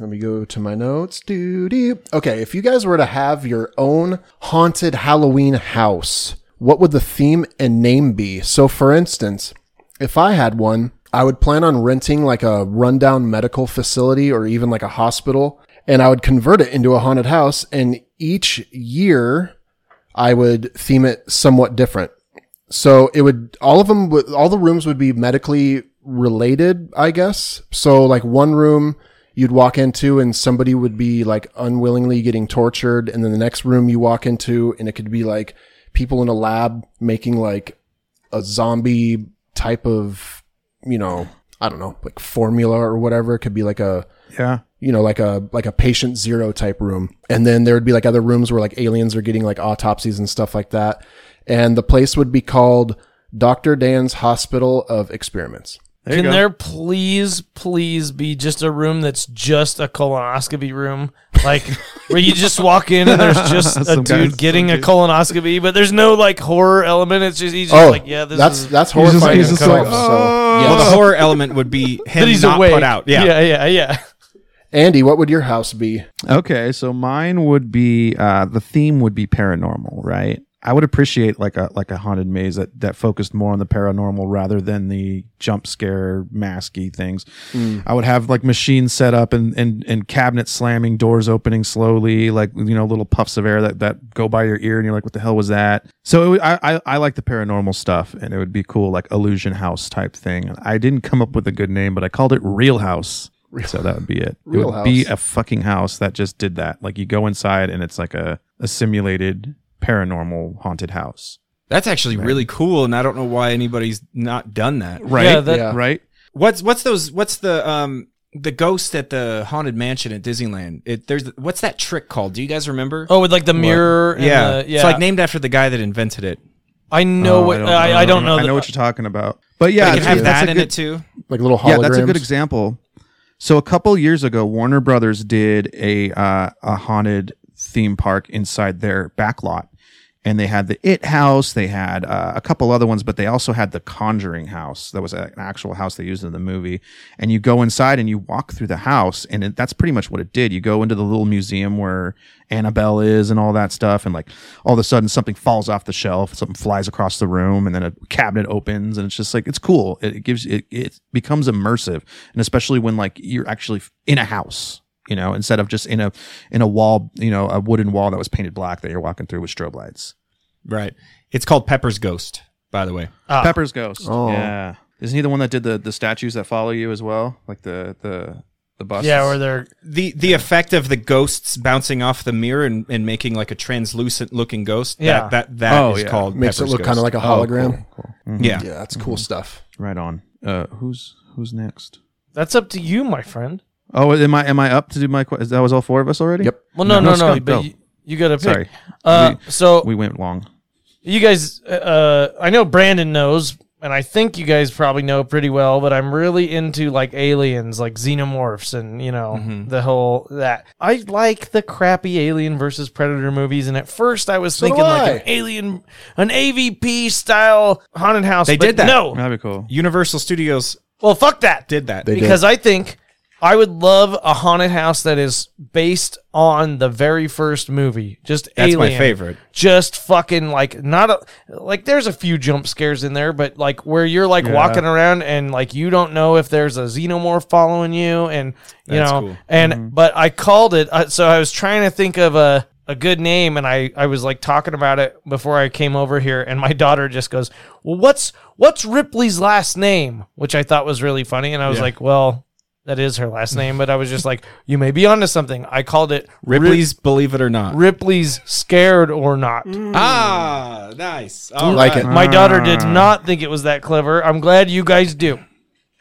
Speaker 7: Let me go to my notes. Doo doo. Okay, if you guys were to have your own haunted Halloween house, what would the theme and name be? So, for instance, if I had one, I would plan on renting like a rundown medical facility or even like a hospital, and I would convert it into a haunted house. And each year, I would theme it somewhat different. So it would all of them would all the rooms would be medically related, I guess. So like one room you'd walk into and somebody would be like unwillingly getting tortured and then the next room you walk into and it could be like people in a lab making like a zombie type of, you know, I don't know, like formula or whatever. It could be like a
Speaker 6: Yeah.
Speaker 7: you know, like a like a patient zero type room. And then there would be like other rooms where like aliens are getting like autopsies and stuff like that. And the place would be called Dr. Dan's Hospital of Experiments.
Speaker 6: you
Speaker 8: Can
Speaker 6: go.
Speaker 8: there please, please be just a room that's just a colonoscopy room? Like where you just walk in and there's just a
Speaker 6: Some
Speaker 8: dude
Speaker 6: guys-
Speaker 8: getting
Speaker 6: some
Speaker 8: a
Speaker 6: dude.
Speaker 8: colonoscopy, but there's no like horror element. It's just he's just
Speaker 7: oh,
Speaker 8: like, yeah, this
Speaker 7: that's
Speaker 8: is
Speaker 7: that's
Speaker 6: He's just-
Speaker 7: horrifying.
Speaker 6: he's just
Speaker 7: in itself,
Speaker 6: like, "Ah."
Speaker 7: so,
Speaker 3: Well,
Speaker 7: yes.
Speaker 3: the horror element would be him
Speaker 8: *laughs* that he's
Speaker 3: not
Speaker 8: awake.
Speaker 3: put out. Yeah.
Speaker 8: yeah, yeah, yeah.
Speaker 7: Andy, what would your house be?
Speaker 6: Okay, so mine would be uh, the theme would be paranormal, right? I would appreciate like a like a haunted maze that that focused more on the paranormal rather than the jump scare masky things.
Speaker 7: Mm.
Speaker 6: I would have like machines set up and and and cabinets slamming, doors opening slowly, like you know little puffs of air that that go by your ear, and you're like, what the hell was that? So it would, I, I I like the paranormal stuff, and it would be cool like illusion house type thing. I didn't come up with a good name, but I called it Real House. So that would be it. it
Speaker 7: Real
Speaker 6: would be
Speaker 7: House.
Speaker 6: a fucking house that just did that. Like you go inside and it's like a, a simulated paranormal haunted house.
Speaker 3: That's actually really cool, and I don't know why anybody's not done that.
Speaker 6: Right?
Speaker 8: Yeah, that-
Speaker 7: Yeah.
Speaker 6: Right?
Speaker 3: What's what's those? What's the um the ghost at the haunted mansion at Disneyland? It there's what's that trick called? Do you guys remember?
Speaker 8: Oh, with like the mirror. And
Speaker 3: yeah,
Speaker 8: the, yeah.
Speaker 3: it's like named after the guy that invented it.
Speaker 8: I know
Speaker 6: Oh,
Speaker 8: what I, I don't know.
Speaker 6: I know
Speaker 8: the-
Speaker 6: what you're talking about. But yeah,
Speaker 3: They can
Speaker 6: that's-
Speaker 3: have
Speaker 6: that's
Speaker 3: that
Speaker 6: a
Speaker 3: in
Speaker 6: good-
Speaker 3: it too.
Speaker 7: Like little holograms?
Speaker 6: Yeah, that's a good example. So a couple years ago, Warner Brothers did a uh, a haunted theme park inside their backlot, and they had the It House. They had uh, a couple other ones, but they also had the Conjuring House. That was a- an actual house they used in the movie. And you go inside and you walk through the house, and it, that's pretty much what it did. You go into the little museum where Annabelle is and all that stuff, and like all of a sudden something falls off the shelf, something flies across the room, and then a cabinet opens, and it's just like it's cool. It, it gives it it becomes immersive, and especially when like you're actually in a house, you know, instead of just in a in a wall, you know, a wooden wall that was painted black that you're walking through with strobe lights.
Speaker 3: Right. It's called Pepper's Ghost, by the way.
Speaker 8: Ah.
Speaker 6: Pepper's ghost.
Speaker 7: Oh.
Speaker 6: Yeah, isn't he the one that did the the statues that follow you as well, like the the the bus?
Speaker 8: yeah, or they're
Speaker 3: The the effect of the ghosts bouncing off the mirror and, and making like a translucent looking ghost.
Speaker 8: Yeah.
Speaker 3: That that, that
Speaker 6: Oh,
Speaker 3: is
Speaker 6: yeah.
Speaker 3: called
Speaker 7: Makes it
Speaker 3: Pepper's
Speaker 7: look kind of
Speaker 3: Ghost. Oh,
Speaker 7: like a hologram.
Speaker 3: yeah.
Speaker 7: Yeah, that's cool
Speaker 6: Mm-hmm.
Speaker 7: stuff.
Speaker 6: right on. Uh, who's who's next?
Speaker 8: that's up to you, my friend.
Speaker 6: Oh, am I am I up to do my? que- Is that was all four of us already?
Speaker 7: Yep.
Speaker 8: Well, no,
Speaker 6: No,
Speaker 8: no, no,
Speaker 6: no, Scott, go.
Speaker 8: but you, you got to pick.
Speaker 6: Sorry,
Speaker 8: Uh, so
Speaker 6: we went long.
Speaker 8: you guys, uh, I know Brandon knows, and I think you guys probably know pretty well. But I'm really into like aliens, like xenomorphs, and you know the whole that. I like the crappy Alien versus Predator movies, and at first I was
Speaker 7: So do
Speaker 8: thinking like an
Speaker 7: I.
Speaker 8: alien, an AVP style haunted house.
Speaker 3: They
Speaker 8: but
Speaker 3: did that.
Speaker 8: No,
Speaker 6: That'd be cool.
Speaker 3: Universal Studios
Speaker 8: well, fuck that.
Speaker 3: did that.
Speaker 7: They did.
Speaker 8: because I think I would love a haunted house that is based on the very first movie. Just
Speaker 3: That's my
Speaker 8: Alien.
Speaker 3: favorite.
Speaker 8: Just fucking like not a like. There's a few jump scares in there, but like where you're like walking around and like you don't know if there's a xenomorph following you, and you
Speaker 3: That's
Speaker 8: know,
Speaker 3: cool. Mm-hmm.
Speaker 8: and but I called it. Uh, so I was trying to think of a. A good name, and I, I was like talking about it before I came over here, and my *laughs* daughter just goes, "Well, what's what's Ripley's last name?" Which I thought was really funny, and I was like, "Well, that is her last name," but I was just like, "You may be onto something." I called it
Speaker 3: Ripley's Believe It or Not.
Speaker 8: Ripley's scared or not.
Speaker 3: ah, nice. All
Speaker 7: like
Speaker 3: right.
Speaker 7: it.
Speaker 8: My daughter did
Speaker 6: Ah.
Speaker 8: not think it was that clever. I'm glad you guys do.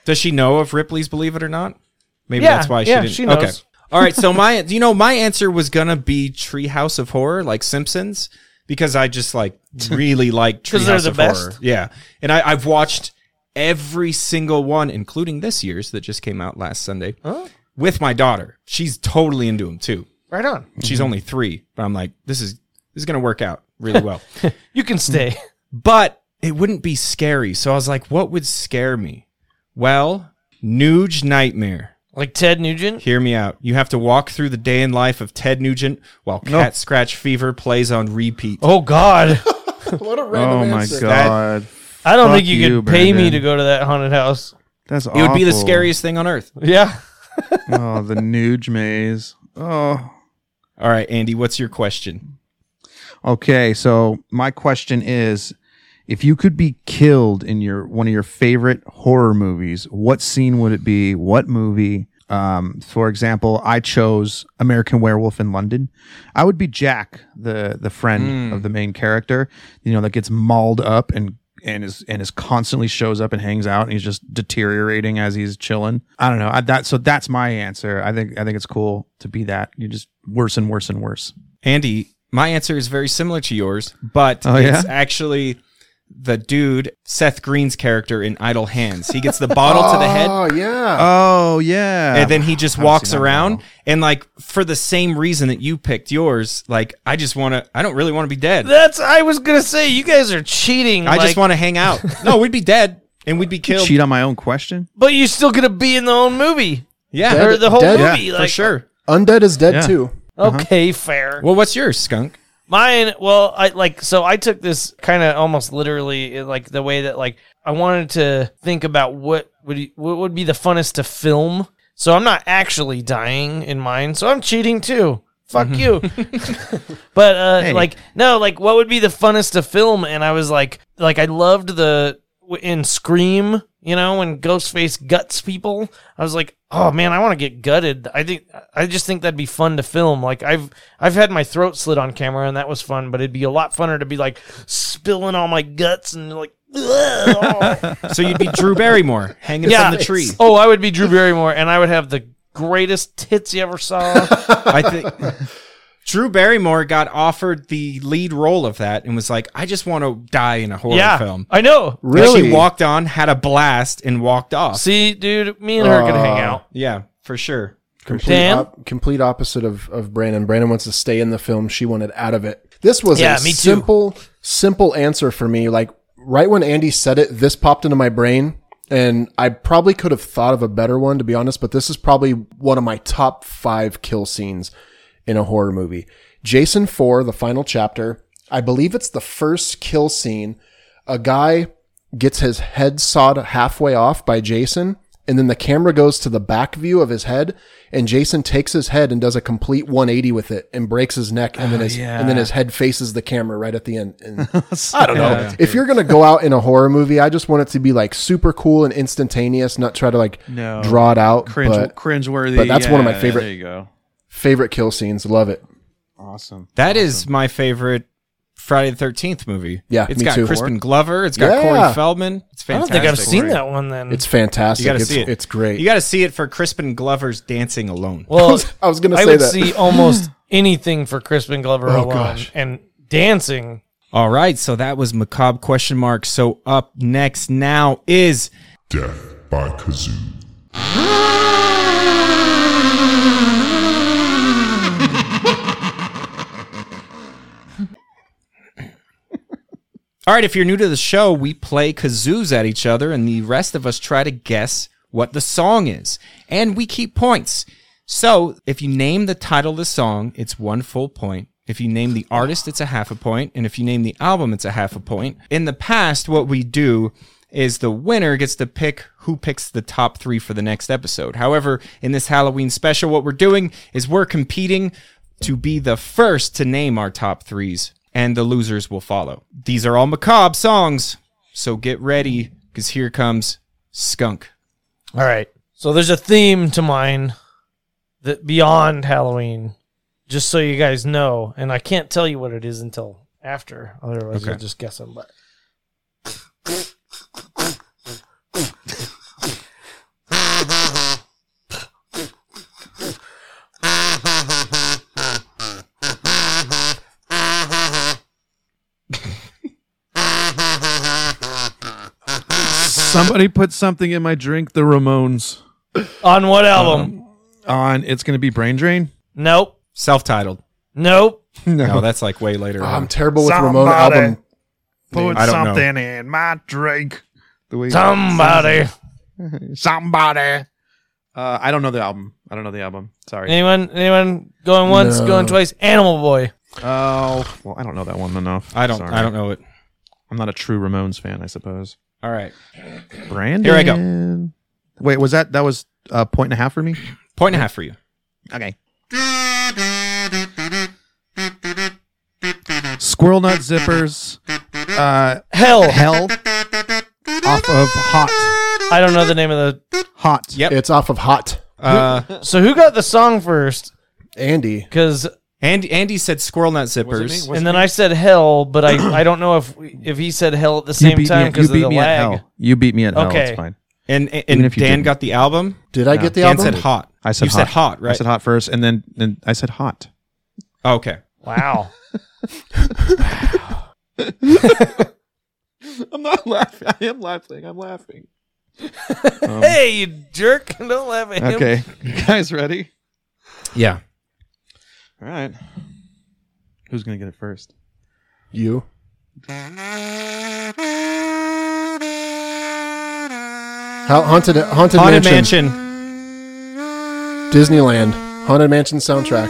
Speaker 3: Does she know of Ripley's Believe It or Not? Maybe
Speaker 8: Yeah,
Speaker 3: that's why she
Speaker 8: yeah,
Speaker 3: didn't.
Speaker 8: she knows.
Speaker 3: Okay. All right. So my, you know, my answer was gonna be Treehouse of Horror, like Simpsons, because I just like
Speaker 8: *laughs*
Speaker 3: really like
Speaker 8: 'Cause they're
Speaker 3: Treehouse
Speaker 8: the
Speaker 3: of
Speaker 8: best.
Speaker 3: Horror. Yeah, and I, I've watched every single one, including this year's that just came out last Sunday. with my daughter. She's totally into them too.
Speaker 8: Right on.
Speaker 3: She's only three, but I'm like, this is this is gonna work out
Speaker 8: *laughs*
Speaker 3: really well.
Speaker 8: You can stay.
Speaker 6: Hmm.
Speaker 3: but it wouldn't be scary. So I was like, what would scare me? Well, Nuge Nightmare.
Speaker 8: *laughs* like Ted Nugent.
Speaker 3: Hear me out. You have to walk through the day in life of Ted Nugent while Cat Scratch Fever plays on repeat.
Speaker 8: Oh God,
Speaker 7: What a
Speaker 6: Oh
Speaker 7: random
Speaker 6: my
Speaker 7: answer.
Speaker 6: god,
Speaker 8: I don't
Speaker 6: Fuck
Speaker 8: think you,
Speaker 6: you,
Speaker 8: could pay me
Speaker 6: Brandon.
Speaker 8: to go to that haunted house.
Speaker 6: that's
Speaker 3: it would be the scariest thing on earth.
Speaker 8: Yeah.
Speaker 6: oh, the Nuge maze. Oh,
Speaker 3: All right, Andy, what's your question?
Speaker 6: Okay, so my question is if you could be killed in your one of your favorite horror movies, what scene would it be? What movie? Um, for example, I chose American Werewolf in London. I would be Jack, the the friend of the main character, you know, that gets mauled up and and is and is constantly shows up and hangs out and he's just deteriorating as he's chilling. I don't know. I, that so that's my answer. I think I think it's cool to be that. You're just worse and worse and worse.
Speaker 3: Andy, my answer is very similar to yours, but
Speaker 6: Oh, yeah?
Speaker 3: it's actually the dude, Seth Green's character in Idle Hands. He gets the bottle to the head.
Speaker 7: Oh yeah.
Speaker 6: Oh yeah.
Speaker 3: and then he just
Speaker 6: haven't
Speaker 3: walks
Speaker 6: seen that in a
Speaker 3: around
Speaker 6: while.
Speaker 3: and like for the same reason that you picked yours like i just want to i don't really want to be dead
Speaker 8: That's I was gonna say. You guys are cheating.
Speaker 3: i
Speaker 8: like-
Speaker 3: just want to hang
Speaker 8: *laughs*
Speaker 3: out no we'd be dead and we'd be killed
Speaker 6: cheat on my own question?
Speaker 8: but you're still gonna be in the whole movie
Speaker 3: yeah
Speaker 7: Dead-
Speaker 8: or the whole
Speaker 7: dead-
Speaker 8: movie.
Speaker 3: for
Speaker 8: like,
Speaker 3: sure
Speaker 7: Undead is dead
Speaker 6: Yeah.
Speaker 7: too.
Speaker 6: Uh-huh.
Speaker 8: Okay, fair.
Speaker 3: well what's yours skunk
Speaker 8: Mine, well, I like so I took this kind of almost literally eh, like the way that like I wanted to think about what would you- what would be the funnest to film. So I'm not actually dying in mine, so I'm cheating too. Fuck you. but uh
Speaker 6: Hey.
Speaker 8: like no, like what would be the funnest to film and I was like like I loved the w- in Scream, you know, when Ghostface guts people. I was like, "Oh man, I want to get gutted." I think I just think that'd be fun to film. Like I've I've had my throat slit on camera and that was fun, but it'd be a lot funner to be like spilling all my guts and like *laughs* ugh.
Speaker 3: so you'd
Speaker 8: *laughs*
Speaker 3: be drew barrymore hanging from the tree
Speaker 8: Oh, I would be Drew Barrymore and I would have the greatest tits you
Speaker 3: *laughs*
Speaker 8: ever saw.
Speaker 3: i think drew barrymore got offered the lead role of that and was like i just want to die in a horror
Speaker 8: yeah.
Speaker 3: film
Speaker 8: I know.
Speaker 3: she
Speaker 7: Really?
Speaker 3: walked on had a blast and walked off
Speaker 8: See, dude, me and her could hang out.
Speaker 3: yeah for sure
Speaker 7: Complete,
Speaker 8: Dan?
Speaker 7: op- complete opposite of, of Brandon. Brandon wants to stay in the film. She wanted out of it. This was
Speaker 8: Yeah,
Speaker 7: a
Speaker 8: me too.
Speaker 7: simple, simple answer for me. Like right when Andy said it, this popped into my brain and I probably could have thought of a better one to be honest, but this is probably one of my top five kill scenes in a horror movie. Jason 4, the final chapter. I believe it's the first kill scene. A guy gets his head sawed halfway off by Jason, and then the camera goes to the back view of his head, and Jason takes his head and does a complete 180 with it and breaks his neck, and then
Speaker 3: Oh,
Speaker 7: his and then his head faces the camera right at the end.
Speaker 3: *laughs*
Speaker 7: And I don't know. If you're gonna go out in a horror movie, I just want it to be like super cool and instantaneous, not try to like
Speaker 6: No.
Speaker 7: draw it out.
Speaker 6: Cringe,
Speaker 7: but
Speaker 6: cringeworthy.
Speaker 7: but that's one of my
Speaker 6: yeah,
Speaker 7: favorite-
Speaker 6: There you go.
Speaker 7: favorite kill scenes, love it.
Speaker 6: Awesome.
Speaker 3: That is my favorite Friday the Thirteenth movie.
Speaker 7: Yeah,
Speaker 3: it's
Speaker 7: me
Speaker 3: got
Speaker 7: too.
Speaker 3: Crispin Glover. It's got
Speaker 7: Yeah.
Speaker 3: Corey Feldman. It's
Speaker 8: I don't
Speaker 3: fantastic.
Speaker 8: think I've seen that one then.
Speaker 7: It's fantastic.
Speaker 3: Mm. You got to
Speaker 7: it's,
Speaker 3: see it.
Speaker 7: it's great.
Speaker 3: You got to see it for Crispin Glover's dancing alone.
Speaker 8: *laughs* well,
Speaker 7: *laughs* I was gonna
Speaker 8: I
Speaker 7: say
Speaker 8: would
Speaker 7: that.
Speaker 8: see almost *laughs* anything for Crispin Glover
Speaker 7: Oh,
Speaker 8: alone
Speaker 7: gosh.
Speaker 8: and dancing.
Speaker 3: All right, so that was macabre question mark. So up next now is
Speaker 4: Death by Kazoo.
Speaker 3: all right. If you're new to the show, we play kazoos at each other, and the rest of us try to guess what the song is, and we keep points. So if you name the title of the song, it's one full point. If you name the artist, it's a half a point. And if you name the album, it's a half a point. In the past, what we do is the winner gets to pick who picks the top three for the next episode. However, in this Halloween special, what we're doing is we're competing to be the first to name our top threes, and the losers will follow. These are all macabre songs. So get ready, because here comes Skunk.
Speaker 8: All right. So there's a theme to mine that beyond Halloween, just so you guys know, and I can't tell you what it is until after. Otherwise,
Speaker 3: Okay.
Speaker 8: you'll just guess them. But
Speaker 6: Somebody put something in my drink. The Ramones.
Speaker 7: Um,
Speaker 8: on what album?
Speaker 6: on It's Gonna Be Brain Drain?
Speaker 8: Nope.
Speaker 3: Self-titled.
Speaker 8: Nope.
Speaker 3: No, that's like way later.
Speaker 7: Oh,
Speaker 3: on.
Speaker 7: I'm terrible with Ramona
Speaker 6: Somebody.
Speaker 7: album.
Speaker 6: Put
Speaker 3: I don't know.
Speaker 6: something in my drink. The way
Speaker 7: *laughs*
Speaker 8: Somebody.
Speaker 6: somebody. Uh, I don't know the album. I don't know the album.
Speaker 3: Eh.
Speaker 6: Sorry.
Speaker 8: Anyone? Anyone going once?
Speaker 7: No.
Speaker 8: Going twice? Animal Boy.
Speaker 6: Oh well, I don't know that one enough.
Speaker 3: I don't.
Speaker 6: Sorry.
Speaker 3: I don't know it.
Speaker 6: I'm not a true Ramones fan, I suppose.
Speaker 3: All right.
Speaker 6: Brandon.
Speaker 3: Here I go.
Speaker 6: Wait, was that that was a point and a half for me?
Speaker 3: Point and a half for you.
Speaker 6: Okay. Squirrel Nut Zippers. Uh,
Speaker 8: Hell.
Speaker 6: Hell. Off of Hot.
Speaker 8: I don't know the name of
Speaker 6: Hot.
Speaker 3: Yep.
Speaker 7: It's off of Hot.
Speaker 3: Uh,
Speaker 8: the. So who got the song first?
Speaker 7: Andy.
Speaker 8: Because
Speaker 3: Andy, Andy said squirrel nut
Speaker 9: Was it me?
Speaker 3: zippers.
Speaker 9: Was
Speaker 8: and
Speaker 9: it
Speaker 8: then
Speaker 9: me?
Speaker 8: I said hell, but I I don't
Speaker 6: *clears throat*
Speaker 8: know if if he said hell at the
Speaker 6: You
Speaker 8: same
Speaker 6: beat
Speaker 8: time
Speaker 6: me-
Speaker 8: because
Speaker 6: you
Speaker 8: of
Speaker 6: beat
Speaker 8: the
Speaker 6: me at
Speaker 8: lag.
Speaker 6: hell. You beat me at hell.
Speaker 8: Okay.
Speaker 6: It's fine.
Speaker 3: And and,
Speaker 6: Even
Speaker 3: and
Speaker 6: if you
Speaker 3: Dan
Speaker 6: didn't.
Speaker 3: got the album.
Speaker 7: Did I
Speaker 6: No.
Speaker 7: get the
Speaker 3: Dan
Speaker 7: album?
Speaker 3: said hot.
Speaker 6: I said
Speaker 3: you
Speaker 6: hot.
Speaker 3: said hot, right?
Speaker 6: I said hot first, and then then I said hot.
Speaker 3: Oh, okay.
Speaker 8: *laughs* Wow.
Speaker 6: I'm not laughing. I am laughing. I'm laughing.
Speaker 8: hey, you jerk! *laughs* Don't laugh at him.
Speaker 6: Um,
Speaker 8: *laughs*
Speaker 6: Okay, you guys, ready?
Speaker 3: Yeah.
Speaker 6: All right. Who's gonna get it first?
Speaker 7: You. How haunted haunted,
Speaker 3: Haunted
Speaker 7: mansion,
Speaker 3: Mansion.
Speaker 7: Disneyland haunted mansion soundtrack.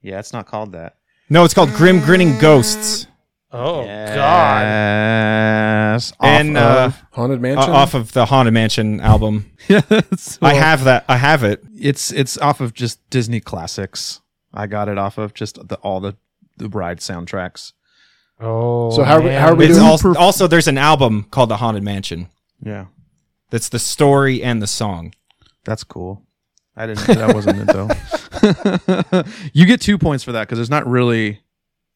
Speaker 6: Yeah, it's not called that.
Speaker 3: No, it's called Grim Grinning Ghosts.
Speaker 8: Oh God.
Speaker 6: Yes. Off
Speaker 3: and uh,
Speaker 6: of- *laughs*
Speaker 7: Haunted
Speaker 3: uh,
Speaker 7: mansion.
Speaker 3: off of the Haunted Mansion album.
Speaker 6: Yes.
Speaker 3: I
Speaker 6: Well,
Speaker 3: have that. I have it.
Speaker 6: It's it's off of just Disney classics. I got it off of just the all the the ride soundtracks.
Speaker 8: Oh.
Speaker 7: So how are we-
Speaker 8: man.
Speaker 7: how are we
Speaker 3: It's
Speaker 7: doing?
Speaker 3: also, also there's an album called The Haunted Mansion.
Speaker 6: Yeah,
Speaker 3: That's the story and the song.
Speaker 6: that's cool. I didn't. That wasn't it though. *laughs* you get two points for that because it's not really.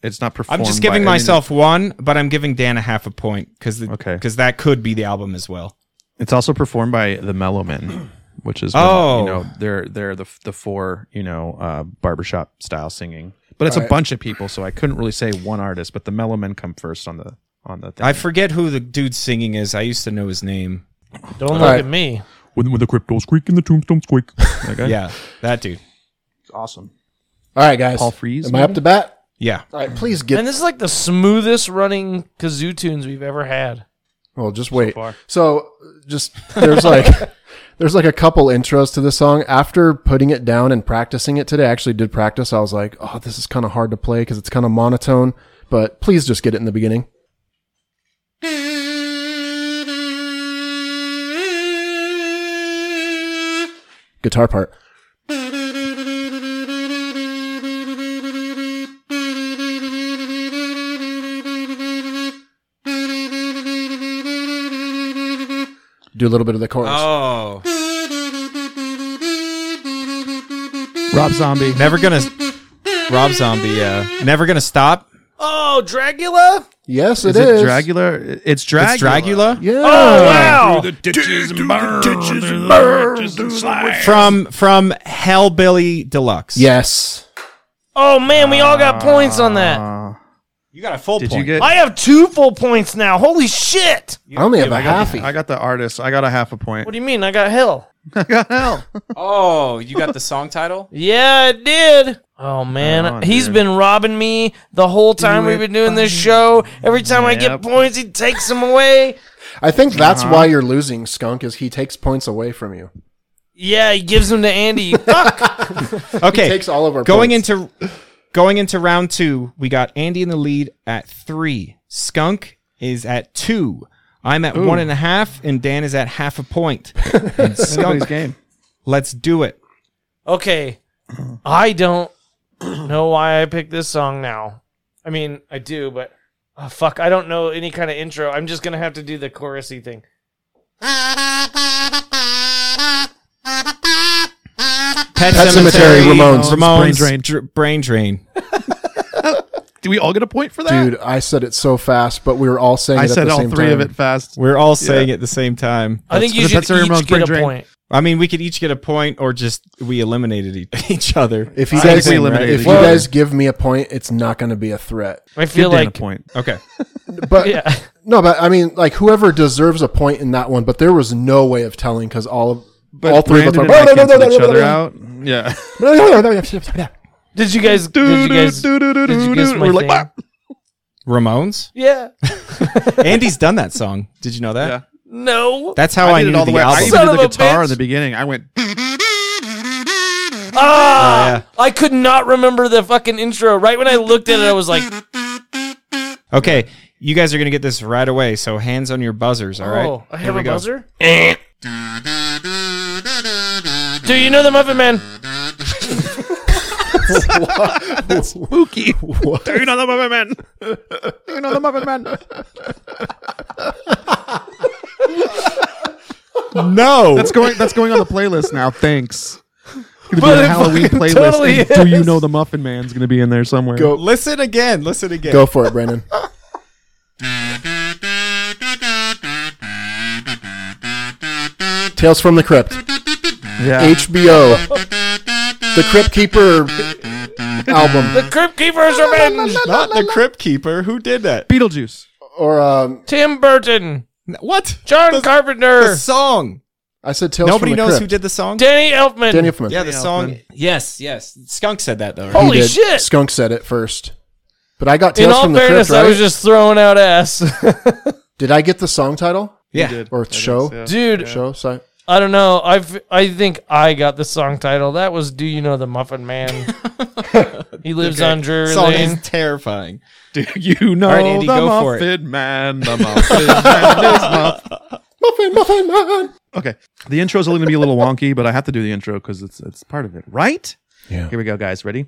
Speaker 6: It's not performed.
Speaker 3: I'm just
Speaker 6: by
Speaker 3: giving
Speaker 6: any-
Speaker 3: myself one, but I'm giving Dan a half a point because
Speaker 6: Okay.
Speaker 3: because that could be the album as well.
Speaker 6: It's also performed by the Mellow Men, *clears throat* which is
Speaker 3: Oh.
Speaker 6: you know they're they're the the four you know uh, barbershop style singing, but it's a
Speaker 7: Right.
Speaker 6: bunch of people, so I couldn't really say one artist. But the Mellow Men come first on the on the thing.
Speaker 3: I forget who the dude singing is. I used to know his name.
Speaker 8: Don't look
Speaker 7: right.
Speaker 8: at me.
Speaker 5: When, when the cryptos squeak and the tombstones squeak.
Speaker 6: Okay.
Speaker 3: Yeah, that dude.
Speaker 6: awesome.
Speaker 7: All right, guys.
Speaker 6: Paul Frees,
Speaker 7: Am I up
Speaker 6: maybe?
Speaker 7: to bat?
Speaker 3: Yeah.
Speaker 7: All right, please get.
Speaker 8: and this is like the smoothest running kazoo tunes we've ever had.
Speaker 7: well, just wait. So, just there's like there's like a couple intros to this song. After putting it down and practicing it today, I actually did practice. I was like, oh, this is kind of hard to play because it's kind of monotone. But please just get it in the beginning. Guitar part. Do a little bit of the chorus.
Speaker 3: Oh,
Speaker 6: Rob Zombie.
Speaker 3: never gonna. Rob Zombie. Yeah, never gonna stop.
Speaker 8: Oh, Dracula!
Speaker 7: Yes,
Speaker 6: Is it Dragula? It's Dragula.
Speaker 3: It's Dragula
Speaker 7: Yeah.
Speaker 8: Wow!
Speaker 3: from from Hellbilly Deluxe.
Speaker 7: Yes.
Speaker 8: Oh man, we all got points on that.
Speaker 6: Uh,
Speaker 3: you got a full
Speaker 6: did you
Speaker 3: point.
Speaker 6: get?
Speaker 8: I have two full points now. Holy shit!
Speaker 7: I only have a
Speaker 6: got the-
Speaker 7: halfie.
Speaker 6: I got the artist. I got a half a point.
Speaker 8: What do you mean? I got hell.
Speaker 6: I got hell.
Speaker 9: Oh, you got the song
Speaker 7: *laughs*
Speaker 9: title?
Speaker 8: Yeah, I did. Oh man,
Speaker 6: on,
Speaker 8: he's
Speaker 6: dude.
Speaker 8: been robbing me the whole time we've been doing this show. Every time I get
Speaker 6: Yep.
Speaker 8: points, he takes them away.
Speaker 7: I think that's why you're losing, Skunk, is he takes points away from you.
Speaker 8: Yeah, he gives them to
Speaker 6: *laughs*
Speaker 8: Andy. Fuck.
Speaker 3: okay,
Speaker 7: takes all of our
Speaker 3: going
Speaker 7: points.
Speaker 3: into going into round two. We got Andy in the lead at three. Skunk is at two. I'm at one and a half, and Dan is at half a *laughs* point. And
Speaker 6: Somebody's
Speaker 3: Skunk,
Speaker 6: game.
Speaker 3: let's do it.
Speaker 8: Okay, I don't know why I picked this song now. I mean, I do, but oh, fuck, I don't know any kind of intro. I'm just gonna have to do the chorusy thing.
Speaker 3: Pet,
Speaker 7: Sematary, Ramones.
Speaker 3: Ramones,
Speaker 6: Brain Drain.
Speaker 3: Dr- brain drain.
Speaker 6: Do we all get a point for that?
Speaker 7: Dude, I said it so fast, but we were all saying
Speaker 6: I
Speaker 7: it at
Speaker 6: said
Speaker 7: the
Speaker 6: all
Speaker 7: same
Speaker 6: three
Speaker 7: time.
Speaker 6: of it fast.
Speaker 3: We're all saying at the same time.
Speaker 8: I think
Speaker 6: That's-
Speaker 8: you should
Speaker 6: that's Harry Ramone's
Speaker 8: each get
Speaker 6: brain
Speaker 8: a
Speaker 6: drain.
Speaker 8: point.
Speaker 3: I mean, we could each get a point, or just we eliminated e- *laughs* each other.
Speaker 7: If you
Speaker 6: I think
Speaker 7: guys
Speaker 6: we eliminated
Speaker 7: if
Speaker 6: each
Speaker 7: you
Speaker 6: other.
Speaker 7: guys give me a point, it's not going to be a point.
Speaker 8: I feel
Speaker 6: Give Dan a
Speaker 8: like
Speaker 6: point.
Speaker 3: Okay.
Speaker 7: But
Speaker 8: yeah.
Speaker 7: No, but I mean, like whoever deserves a point in that one, but there was no way of telling because all of
Speaker 6: But
Speaker 7: all three
Speaker 6: Brandon
Speaker 7: of us
Speaker 6: and I
Speaker 7: are.
Speaker 6: canceled each other out. Yeah.
Speaker 8: Did you guys?
Speaker 6: *laughs*
Speaker 8: Did you guys? Did you guess my
Speaker 6: We're like, "Ah!"
Speaker 8: thing?
Speaker 6: "Bah."
Speaker 3: Ramones.
Speaker 8: Yeah.
Speaker 3: Andy's done that song. Did you know that?
Speaker 6: Yeah.
Speaker 8: No.
Speaker 6: *laughs*
Speaker 3: That's how I,
Speaker 6: I did
Speaker 3: knew
Speaker 6: it
Speaker 3: the,
Speaker 6: all the way. I
Speaker 3: album.
Speaker 8: Son
Speaker 6: even did
Speaker 8: of a
Speaker 6: the guitar
Speaker 8: bitch.
Speaker 6: in the beginning. I went.
Speaker 8: Ah,
Speaker 3: Oh,
Speaker 8: I could not remember the fucking intro. Right when I looked at it, I was like,
Speaker 3: Okay, you guys are gonna get this right away. So hands on your buzzers. All right.
Speaker 8: "Oh, I
Speaker 3: Here
Speaker 8: have
Speaker 3: we
Speaker 8: a
Speaker 3: go.
Speaker 8: buzzer." Do you know the Muffin Man?
Speaker 6: Spooky. Do you know the Muppet Man? Do you know the Muppet Man?
Speaker 3: No.
Speaker 6: That's going. That's going on the playlist now. Thanks. It's gonna
Speaker 8: But
Speaker 6: be on
Speaker 8: it
Speaker 6: a Halloween
Speaker 8: fucking
Speaker 6: playlist.
Speaker 8: totally
Speaker 6: and Do you
Speaker 8: is.
Speaker 6: know the Muffin Man's gonna be in there somewhere?
Speaker 7: Go.
Speaker 3: Listen again. Listen again.
Speaker 7: *laughs* Go for it, Brandon. Tales from the Crypt.
Speaker 6: Yeah.
Speaker 7: HBO. The Crypt Keeper album.
Speaker 8: The Crypt Keeper's Revenge.
Speaker 3: Not the Crypt Keeper. Who did that?
Speaker 6: Beetlejuice.
Speaker 7: Or um,
Speaker 8: Tim Burton,
Speaker 3: What?
Speaker 8: John
Speaker 3: The-
Speaker 8: Carpenter,
Speaker 3: The song.
Speaker 7: I said Tales
Speaker 3: Nobody
Speaker 7: from the
Speaker 3: knows who
Speaker 7: Crypt.
Speaker 3: did the song.
Speaker 8: Danny Elfman.
Speaker 7: Danny Elfman.
Speaker 3: yeah, the song. Yes, yes. Skunk said that though. Right?
Speaker 7: He
Speaker 8: Holy
Speaker 7: did.
Speaker 8: shit.
Speaker 7: Skunk said it first. But I got
Speaker 8: In
Speaker 7: Tales
Speaker 8: all
Speaker 7: from the
Speaker 8: fairness,
Speaker 7: Crypt, right?
Speaker 8: I was just throwing out ass, *laughs*
Speaker 7: Did I get the song title?
Speaker 8: Oh.
Speaker 3: yeah.
Speaker 7: Or show?
Speaker 8: dude.
Speaker 7: Show? Sorry.
Speaker 8: I don't know. I have I think I got the song title. That was "Do You Know the Muffin Man." he lives on Drury
Speaker 3: song
Speaker 8: Lane.
Speaker 3: is terrifying.
Speaker 6: Do you know
Speaker 3: right, Andy,
Speaker 6: the
Speaker 3: go for it.
Speaker 6: Muffin Man? The Muffin *laughs* Man is Muffin.
Speaker 7: Muffin, Muffin Man.
Speaker 6: Okay. The intro is only going to be a little wonky, but I have to do the intro because it's it's part of it, right?
Speaker 7: Yeah.
Speaker 6: Here we go, guys. Ready?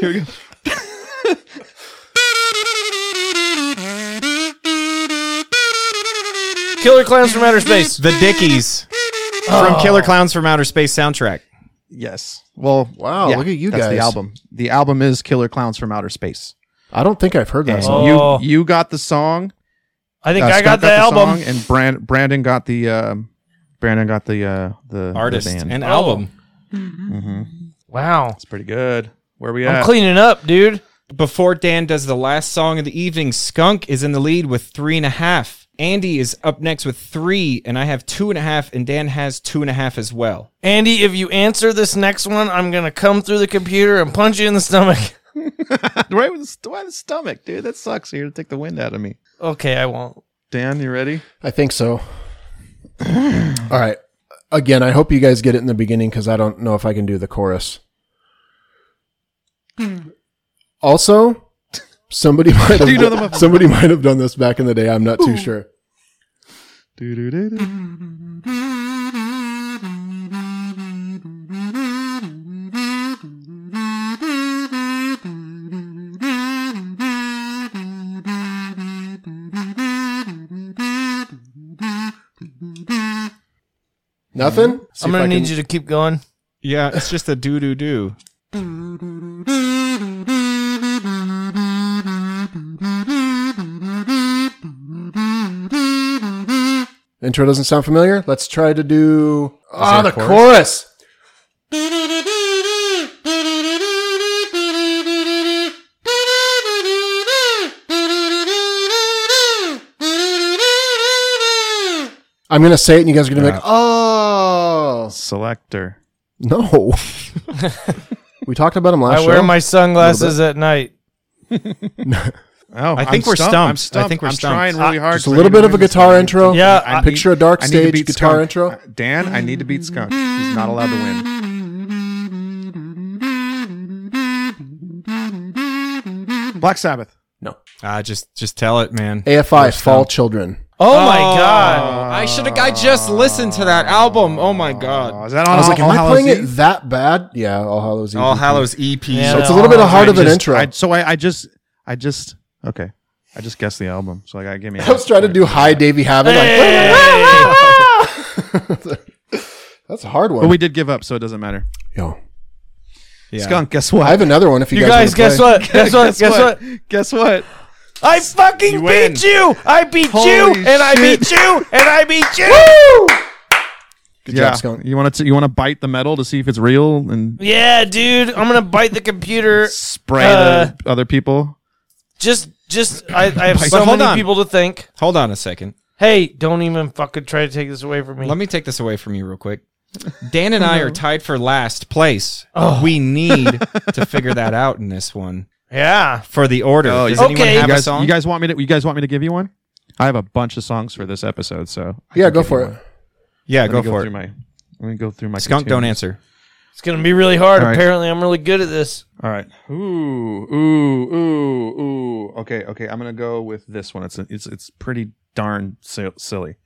Speaker 6: Here we go.
Speaker 8: Killer Clowns from Outer Space. Oh.
Speaker 3: The Dickies from Killer Clowns from Outer Space soundtrack.
Speaker 6: Yes. Well,
Speaker 7: Wow, look at you
Speaker 6: that's
Speaker 7: guys.
Speaker 6: The album. The album is Killer Clowns from Outer Space.
Speaker 7: I don't think I've heard that
Speaker 6: And
Speaker 7: song.
Speaker 8: Oh.
Speaker 6: you you got the song.
Speaker 8: I think
Speaker 6: uh,
Speaker 8: I
Speaker 6: Scott
Speaker 8: got the, album.
Speaker 6: song, and Brand, Brandon got the um, Brandon got the uh, the
Speaker 3: Artist
Speaker 6: the band.
Speaker 3: and
Speaker 8: Oh.
Speaker 3: album.
Speaker 8: Wow,
Speaker 6: It's pretty good. Where we at?
Speaker 8: I'm cleaning up, dude.
Speaker 3: Before Dan does the last song of the evening, Skunk is in the lead with three and a half. Andy is up next with three, and I have two and a half, and Dan has two and a half as well.
Speaker 8: Andy, if you answer this next one, I'm gonna come through the computer and punch you in the stomach. *laughs*
Speaker 6: right with the, st- why the stomach, dude. That sucks. You're gonna take the wind out of me.
Speaker 8: Okay, I won't.
Speaker 6: Dan, you ready?
Speaker 7: I think so. All right. Again, I hope you guys get it in the beginning because I don't know if I can do the chorus. Also, somebody *laughs* might have
Speaker 6: you know the Muppet-
Speaker 7: somebody might have done this back in the day. I'm not too sure.
Speaker 6: Do-do-do-do.
Speaker 7: Nothing. See
Speaker 8: I'm
Speaker 7: if I
Speaker 8: gonna need
Speaker 7: can-
Speaker 8: you to keep going.
Speaker 3: Yeah, it's just a doo doo doo.
Speaker 7: Intro doesn't sound familiar. Let's try to do ah
Speaker 6: there
Speaker 7: the
Speaker 6: a
Speaker 7: chorus. I'm gonna say it, and you guys are gonna be like, "Oh
Speaker 6: Selector.
Speaker 7: no!" we talked about him last.
Speaker 8: I wear
Speaker 7: show.
Speaker 8: my sunglasses at night.
Speaker 6: Oh,
Speaker 3: I think
Speaker 6: I'm
Speaker 3: we're stumped.
Speaker 6: I'm stumped.
Speaker 3: I think we're
Speaker 6: I'm
Speaker 3: stumped.
Speaker 6: trying really hard.
Speaker 7: Just a
Speaker 6: for you
Speaker 7: little
Speaker 6: to
Speaker 7: bit of a
Speaker 6: win this
Speaker 7: guitar
Speaker 6: game.
Speaker 7: intro.
Speaker 8: Yeah,
Speaker 6: I
Speaker 8: I-
Speaker 6: need-
Speaker 7: picture a dark
Speaker 6: I need to
Speaker 7: stage
Speaker 6: beat
Speaker 7: guitar
Speaker 6: Skunk.
Speaker 7: intro.
Speaker 6: Uh, Dan, I need to beat Skunk. He's not allowed to win. Black Sabbath.
Speaker 3: *laughs* Ah, just just tell it, man.
Speaker 7: AFI Fall Children.
Speaker 8: Oh, my god! *laughs*
Speaker 3: I should have. I just listened to that album. Oh my
Speaker 6: Oh,
Speaker 3: god.
Speaker 6: is that on
Speaker 7: I was like,
Speaker 6: All
Speaker 7: "Am I
Speaker 6: Hallows
Speaker 7: playing it
Speaker 6: Eve?
Speaker 7: that bad?" Yeah, All Hallows Eve.
Speaker 3: All Hallows E EP.
Speaker 8: Yeah, no.
Speaker 7: So it's a little bit of hard
Speaker 6: I
Speaker 7: of an
Speaker 6: just-
Speaker 7: intro. *laughs*
Speaker 6: I, so I, I just, I just, okay. I just guessed the album. So I gotta give me. a
Speaker 7: *laughs* I was trying to do high Davy Havok.
Speaker 8: Hey!
Speaker 7: Like, *laughs* that's a hard one.
Speaker 6: But we did give up, so it doesn't matter.
Speaker 7: Yo,
Speaker 3: Yeah.
Speaker 6: Skunk, guess
Speaker 7: I
Speaker 6: what?
Speaker 7: have another one. If you,
Speaker 8: You guys,
Speaker 7: wanna
Speaker 8: guess
Speaker 7: play.
Speaker 8: what? Guess what? Guess what?
Speaker 6: Guess what?
Speaker 8: I fucking
Speaker 3: win.
Speaker 8: beat you! I beat
Speaker 6: Holy
Speaker 8: you, and I
Speaker 6: shit.
Speaker 8: beat you, and I beat you!
Speaker 7: Good
Speaker 6: yeah,
Speaker 7: job, skunk.
Speaker 6: you want to you want to bite the metal to see if it's real and
Speaker 8: Yeah, dude, I'm gonna bite the computer.
Speaker 6: spray
Speaker 7: Uh,
Speaker 6: the other people.
Speaker 8: Just, just, I, I have
Speaker 3: But
Speaker 8: so
Speaker 3: hold
Speaker 8: many
Speaker 3: on.
Speaker 8: people to thank.
Speaker 3: Hold on a second.
Speaker 8: Hey, don't even fucking try to take this away from me.
Speaker 3: Let me take this away from you real quick. Dan and I are tied for last place. We need to figure that out in this one
Speaker 8: yeah.
Speaker 3: for the order.
Speaker 6: Oh,
Speaker 3: Does
Speaker 6: you-
Speaker 3: anyone
Speaker 8: Okay.
Speaker 3: have
Speaker 6: You
Speaker 3: a
Speaker 6: guys,
Speaker 3: song?
Speaker 6: you guys want me to you guys want me to give you one? I have a bunch of songs for this episode, so I
Speaker 7: Yeah,
Speaker 6: can
Speaker 7: go
Speaker 6: give
Speaker 7: for
Speaker 6: you
Speaker 7: it.
Speaker 6: one.
Speaker 3: yeah,
Speaker 6: Let
Speaker 3: go
Speaker 6: me
Speaker 3: for
Speaker 6: through
Speaker 3: it.
Speaker 6: My, let me go through my
Speaker 3: Skunk,
Speaker 6: continuum.
Speaker 3: don't answer.
Speaker 8: It's gonna be really hard.
Speaker 6: All right.
Speaker 8: Apparently, I'm really good at this.
Speaker 6: All right. Ooh, ooh, ooh, ooh. Okay, okay. I'm gonna go with this one. It's it's it's pretty darn si- silly.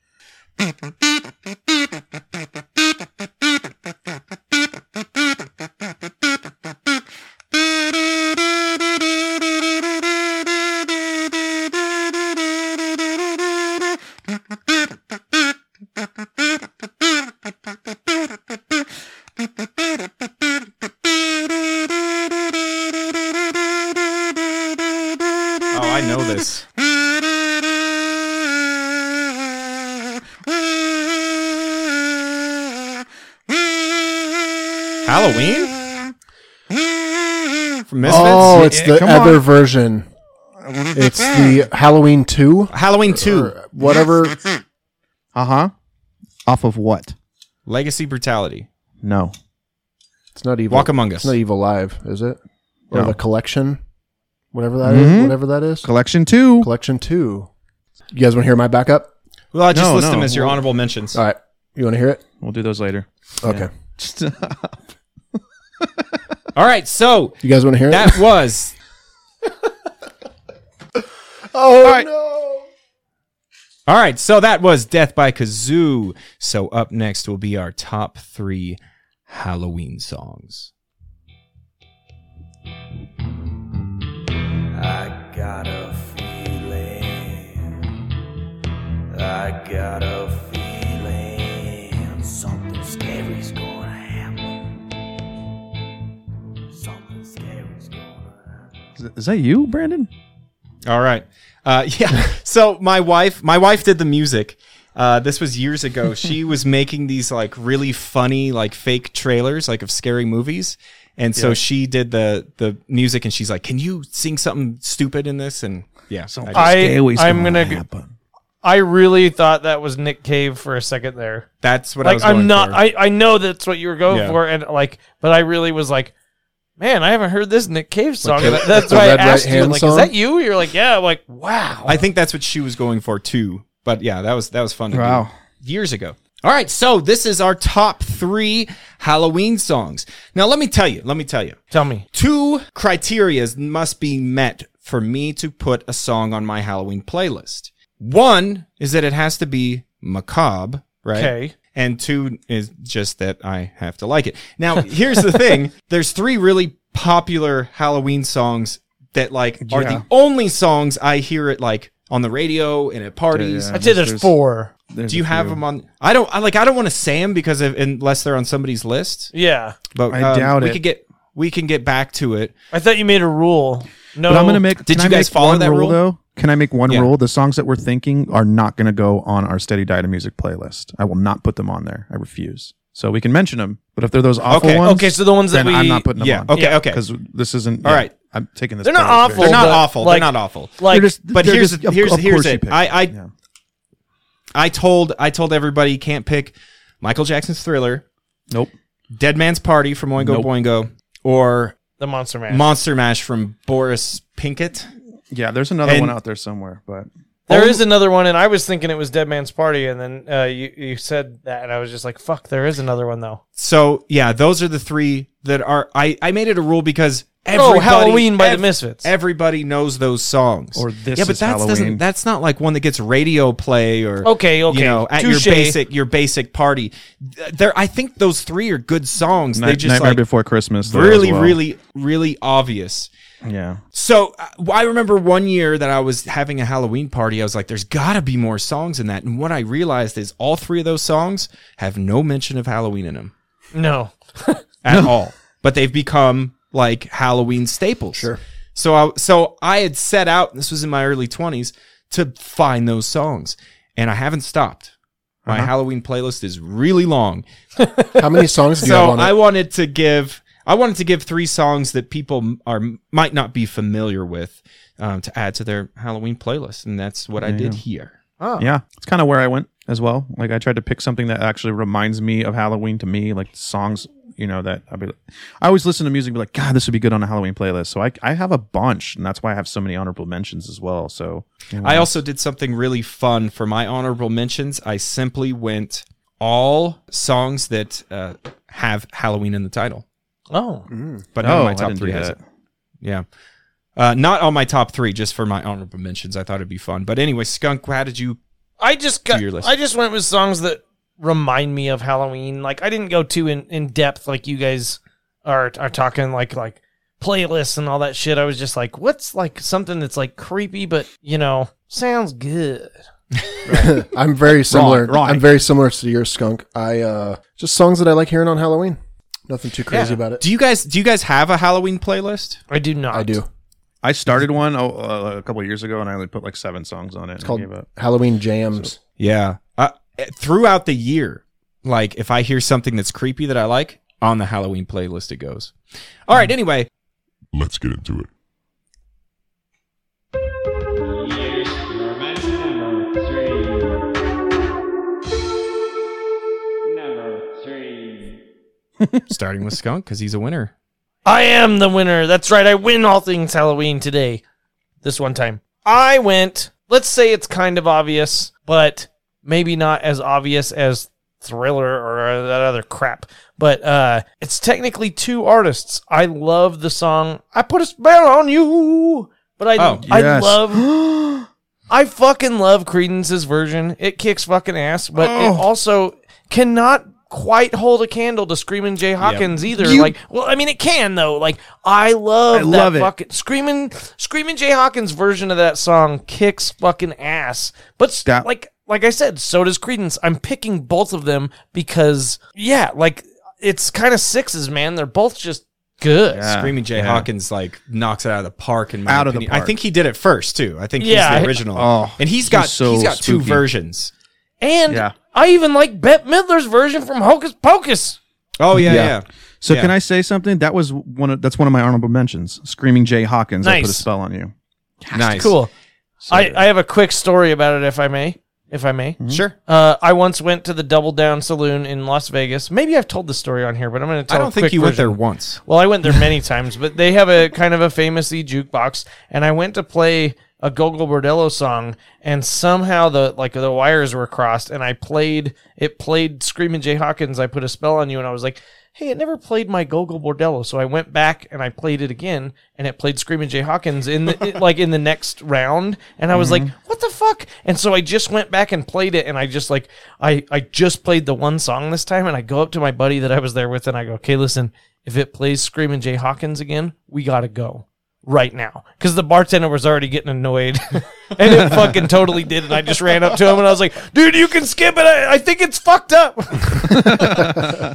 Speaker 3: Oh, I know this. Halloween? From Misfits?
Speaker 7: Oh, it's
Speaker 6: Yeah,
Speaker 7: the
Speaker 6: come
Speaker 7: other
Speaker 6: on.
Speaker 7: version. It's the Halloween 2,
Speaker 3: Halloween 2.
Speaker 7: whatever.
Speaker 6: Uh huh. Off of what?
Speaker 3: Legacy Brutality.
Speaker 6: No.
Speaker 7: It's not evil.
Speaker 3: Walk Among Us.
Speaker 7: It's not evil live, is it? Or
Speaker 6: No.
Speaker 7: the collection, whatever that is.
Speaker 6: Mhm.
Speaker 7: Whatever that is.
Speaker 6: Collection two.
Speaker 7: collection 2. You guys want to hear my backup?
Speaker 3: Well, I just
Speaker 6: No,
Speaker 3: list
Speaker 6: no.
Speaker 3: them as your honorable mentions.
Speaker 7: All right. You want to hear it?
Speaker 6: We'll do those *laughs* later.
Speaker 7: Okay.
Speaker 3: All right, so
Speaker 7: You guys want to hear it? *laughs*
Speaker 3: that was
Speaker 7: Oh,
Speaker 3: All right, so that was Death by Kazoo. So up next will be our top three Halloween songs.
Speaker 10: I got a feeling. I got a feeling. Something scary's gonna happen. Something scary's gonna happen.
Speaker 6: Is, is that you, Brandon?
Speaker 3: All right, uh, *laughs* yeah. So my wife, my wife did the music. Uh, this was years
Speaker 8: *laughs*
Speaker 3: ago. She was making these like really funny, like fake trailers, like of scary movies. And so she did the the music, and she's like, "Can you sing something stupid in this?" And yeah, so
Speaker 8: I,
Speaker 6: Always
Speaker 8: I'm
Speaker 6: gonna
Speaker 8: gonna. I really thought that was Nick Cave for a second there.
Speaker 3: that's what I was.
Speaker 8: like
Speaker 3: going
Speaker 8: I'm not.
Speaker 3: for.
Speaker 8: I I know that's what you were going
Speaker 3: Yeah.
Speaker 8: for, and like, but I really was like, man, I haven't heard this Nick Cave song.
Speaker 7: the-
Speaker 8: that's
Speaker 7: the
Speaker 8: why I
Speaker 7: Red Right
Speaker 8: asked you.
Speaker 7: Hand
Speaker 8: I'm like,
Speaker 7: song?
Speaker 8: is that you? You're like, yeah. I'm like, wow.
Speaker 3: I think that's what she was going for too. But yeah, that was that was fun to do.
Speaker 6: Wow.
Speaker 3: years ago. All right, so this is our top three Halloween songs. Now, let me tell you, let me tell you,
Speaker 8: Tell me.
Speaker 3: two criterias must be met for me to put a song on my Halloween playlist. One is that it has to be macabre, right?
Speaker 8: Okay.
Speaker 3: And two is just that I have to like it. Now, *laughs* here's the thing there's three really popular Halloween songs that, like, are
Speaker 6: Yeah.
Speaker 3: the only songs I hear it, like, on the radio and at parties.
Speaker 8: I'd say there's, four.
Speaker 6: There's
Speaker 3: Do you
Speaker 6: a
Speaker 3: have
Speaker 6: few.
Speaker 3: them on? I don't. I like. I don't want to say them because of, unless they're on somebody's list.
Speaker 8: Yeah.
Speaker 3: But um,
Speaker 6: I doubt
Speaker 3: we
Speaker 6: it.
Speaker 3: could get. We can get back to it.
Speaker 8: I thought you made a rule. No,
Speaker 6: But I'm gonna make.
Speaker 3: Did
Speaker 6: can
Speaker 3: you
Speaker 6: I
Speaker 3: guys
Speaker 6: make
Speaker 3: follow
Speaker 6: one
Speaker 3: that rule?
Speaker 6: Though, can I make one
Speaker 3: Yeah.
Speaker 6: rule? The songs that we're thinking are not gonna go on our steady diet of music playlist. I will not put them on there. I refuse. So we can mention them, but if they're those awful
Speaker 3: Okay.
Speaker 6: ones,
Speaker 8: Okay, so the ones that
Speaker 6: then I'm
Speaker 8: we-
Speaker 6: not putting them
Speaker 3: yeah.
Speaker 6: on.
Speaker 3: Okay. Okay.
Speaker 6: because this isn't.
Speaker 3: All
Speaker 6: yeah,
Speaker 3: right.
Speaker 6: I'm taking this.
Speaker 8: They're
Speaker 6: playlist
Speaker 8: not
Speaker 6: very
Speaker 8: awful.
Speaker 3: They're not
Speaker 8: but,
Speaker 3: awful.
Speaker 8: like-
Speaker 3: they're not awful.
Speaker 8: like
Speaker 6: They're just-
Speaker 3: but
Speaker 6: they're
Speaker 3: here's
Speaker 6: just-
Speaker 3: the
Speaker 6: of-
Speaker 3: here's
Speaker 6: of
Speaker 3: here's
Speaker 6: course you
Speaker 3: it.
Speaker 6: pick.
Speaker 3: I I,
Speaker 6: Yeah.
Speaker 3: I told I told everybody you can't pick Michael Jackson's Thriller,
Speaker 6: Nope.
Speaker 3: Dead Man's Party from Oingo
Speaker 6: Nope.
Speaker 3: Boingo, or
Speaker 8: the Monster Man.
Speaker 3: Monster Mash from Boris Pinkett.
Speaker 6: Yeah, there's another
Speaker 3: And-
Speaker 6: one out there somewhere, but
Speaker 8: There is another one, and I was thinking it was Dead Man's Party, and then uh, you you said that, and I was just like, "Fuck!" There is another one though.
Speaker 3: So yeah, those are the three that are. I I made it a rule because.
Speaker 8: Oh,
Speaker 3: Everybody,
Speaker 8: Halloween by
Speaker 3: ev-
Speaker 8: the Misfits.
Speaker 3: Everybody knows those songs.
Speaker 6: Or This
Speaker 3: yeah, but
Speaker 6: Is
Speaker 3: that's
Speaker 6: Halloween.
Speaker 3: doesn't that's not like one that gets radio play or
Speaker 8: Okay, okay.
Speaker 3: you know at
Speaker 8: Touche.
Speaker 3: your basic your basic party. Th- There, I think those three are good songs. They
Speaker 6: Night-
Speaker 3: just
Speaker 6: Nightmare
Speaker 3: like
Speaker 6: Before Christmas. though, as
Speaker 3: really,
Speaker 6: well.
Speaker 3: really, really obvious.
Speaker 6: Yeah.
Speaker 3: So uh, I remember one year that I was having a Halloween party. I was like, "There's got to be more songs in that." And what I realized is all three of those songs have no mention of Halloween in them
Speaker 8: no,
Speaker 3: at all, but they've become like Halloween staples.
Speaker 7: Sure.
Speaker 3: So I so I had set out. This was in my early twenties to find those songs, and I haven't stopped. My
Speaker 7: Uh-huh.
Speaker 3: Halloween playlist is really long.
Speaker 7: How many songs do you have
Speaker 3: *laughs* so
Speaker 7: on it?
Speaker 3: I wanted to give I wanted to give three songs that people are might not be familiar with um, to add to their Halloween playlist, and that's what I did here.
Speaker 6: Yeah, it's kind of where I went as well. Like I tried to pick something that actually reminds me of Halloween to me, like songs. You know that I'll be. I always listen to music, and be like, God, this would be good on a Halloween playlist. So I, I have a bunch, and that's why I have so many honorable mentions as well. So
Speaker 3: I also did something really fun for my honorable mentions. I simply went all songs that uh, have Halloween in the title,
Speaker 8: Oh,
Speaker 3: but none of
Speaker 6: I
Speaker 3: my top
Speaker 6: didn't
Speaker 3: three
Speaker 6: do
Speaker 3: has
Speaker 6: that.
Speaker 3: it. Yeah. Uh, not on my top three, just for my honorable mentions. I thought it'd be fun. But anyway, Skunk, how did you?
Speaker 8: I just got.
Speaker 3: Do your list.
Speaker 8: I just went with songs that remind me of Halloween. Like I didn't go too in, in depth like you guys are are talking like like playlists and all that shit. I was just like, what's like something that's like creepy, but you know, sounds good.
Speaker 7: *laughs* I'm very similar.
Speaker 6: right.
Speaker 7: I'm very similar to your skunk. I uh, just songs that I like hearing on Halloween. Nothing too crazy about it.
Speaker 3: Do you guys? Do you guys have a Halloween playlist?
Speaker 8: I do not.
Speaker 7: I do.
Speaker 6: I started one oh, uh, a couple of years ago, and I only put like seven songs on it. It's
Speaker 7: Called
Speaker 6: I gave up.
Speaker 7: Halloween jams.
Speaker 3: Yeah. Uh, throughout the year, like if I hear something that's creepy that I like on the Halloween playlist, it goes. All
Speaker 6: Mm.
Speaker 3: right. Anyway,
Speaker 4: Let's get into it.
Speaker 3: starting with Skunk because he's a winner.
Speaker 8: I am the winner. That's right. I win all things Halloween today. This one time. I went, let's say it's kind of obvious, but maybe not as obvious as Thriller or that other crap. But uh it's technically two artists. I love the song I Put a Spell on You. But I
Speaker 3: Oh,
Speaker 8: I
Speaker 6: yes.
Speaker 8: love I fucking love Credence's version. It kicks fucking ass, but
Speaker 6: Oh.
Speaker 8: it also cannot quite hold a candle to Screaming Jay Hawkins either. like, well, I mean, it can though. Like, I love
Speaker 6: I
Speaker 8: that
Speaker 6: love it.
Speaker 8: fucking Screaming Screaming Jay Hawkins version of that song kicks fucking ass. But s-
Speaker 6: That-
Speaker 8: like, like I said, so does Credence. I'm picking both of them because yeah, like it's kind of sixes, man. They're both just good.
Speaker 6: Yeah.
Speaker 3: Screaming Jay
Speaker 6: Ah, yeah.
Speaker 3: Hawkins like knocks it out of the park. In my
Speaker 6: Out of the
Speaker 3: opinion. I
Speaker 6: park.
Speaker 3: think he did it first too. I think
Speaker 8: Yeah.
Speaker 3: he's the original.
Speaker 6: Oh,
Speaker 3: and he's
Speaker 6: he's
Speaker 3: got
Speaker 6: so
Speaker 3: he's got two
Speaker 6: spooky.
Speaker 3: versions.
Speaker 8: And
Speaker 6: Yeah.
Speaker 8: I even like Bette Midler's version from Hocus Pocus.
Speaker 3: Oh yeah, yeah.
Speaker 6: Yeah. So
Speaker 3: Yeah.
Speaker 6: can I say something? That was one of that's one of my honorable mentions. Screaming Jay Hawkins. I put a
Speaker 8: Nice.
Speaker 6: spell on you.
Speaker 3: Nice.
Speaker 8: Cool.
Speaker 6: So
Speaker 8: I, I have a quick story about it, if I may. If I may.
Speaker 6: Mm-hmm.
Speaker 3: Sure.
Speaker 8: Uh, I once went to the Double Down Saloon in Las Vegas. Maybe I've told the story on here, but I'm going to
Speaker 3: I
Speaker 8: tell.
Speaker 3: don't
Speaker 8: a
Speaker 3: think
Speaker 8: quick
Speaker 3: you went there
Speaker 8: version.
Speaker 3: once.
Speaker 8: Well, I went there many times, but they have a kind of a famous y jukebox, and I went to play a Gogol Bordello song, and somehow the like the wires were crossed, and I played it played Screaming Jay Hawkins. I put a spell on you, and I was like, hey, it never played my Gogol Bordello, so I went back and I played it again, and it played Screaming Jay Hawkins in the *laughs* it- like in the next round, and I was like, what the fuck? And so I just went back and played it, and I just like I I just played the one song this time, and I go up to my buddy that I was there with, and I go, okay, listen, if it plays Screaming Jay Hawkins again, we gotta go right now because the bartender was already getting annoyed *laughs* and it fucking totally did and i just ran up to him and i was like dude you can skip it i, I think it's fucked up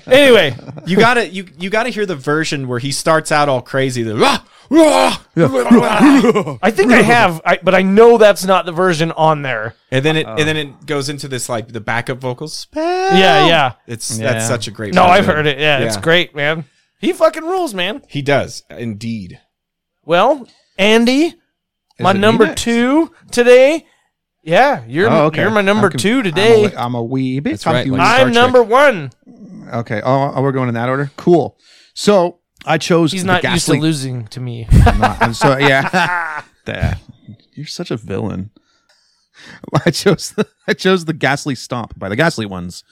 Speaker 8: anyway
Speaker 3: You gotta you you gotta hear the version where he starts out all crazy. The, "Ah, "Rah, rah, rah."
Speaker 8: I think I have, I, but I know that's not the version on there.
Speaker 3: and then it
Speaker 8: Uh.
Speaker 3: and then it goes into this like the backup vocals. Spell.
Speaker 8: Yeah, yeah.
Speaker 3: It's
Speaker 6: Yeah.
Speaker 3: that's such a great.
Speaker 8: No, I've
Speaker 3: version.
Speaker 8: heard it. Yeah, it's great, man. He fucking rules, man.
Speaker 3: He does indeed.
Speaker 8: Well, Andy, my
Speaker 6: it me
Speaker 8: number
Speaker 6: next?
Speaker 8: two today. Yeah, you're
Speaker 6: Oh, okay.
Speaker 8: you're my number
Speaker 6: I'm conf-
Speaker 8: two
Speaker 6: I'm a,
Speaker 8: today.
Speaker 6: wee- I'm a wee bit
Speaker 3: That's right,
Speaker 6: confused.
Speaker 3: like-
Speaker 8: I'm
Speaker 3: Star Trek.
Speaker 8: number one.
Speaker 6: okay. Oh, oh, we're going in that order. Cool. So I chose.
Speaker 8: He's
Speaker 6: the
Speaker 8: not used to
Speaker 6: Ghastly
Speaker 8: losing to me.
Speaker 6: I'm not. I'm
Speaker 8: *laughs*
Speaker 6: so yeah. There. You're such a villain. *laughs* I chose the I chose the Ghastly Stomp by the Ghastly Ones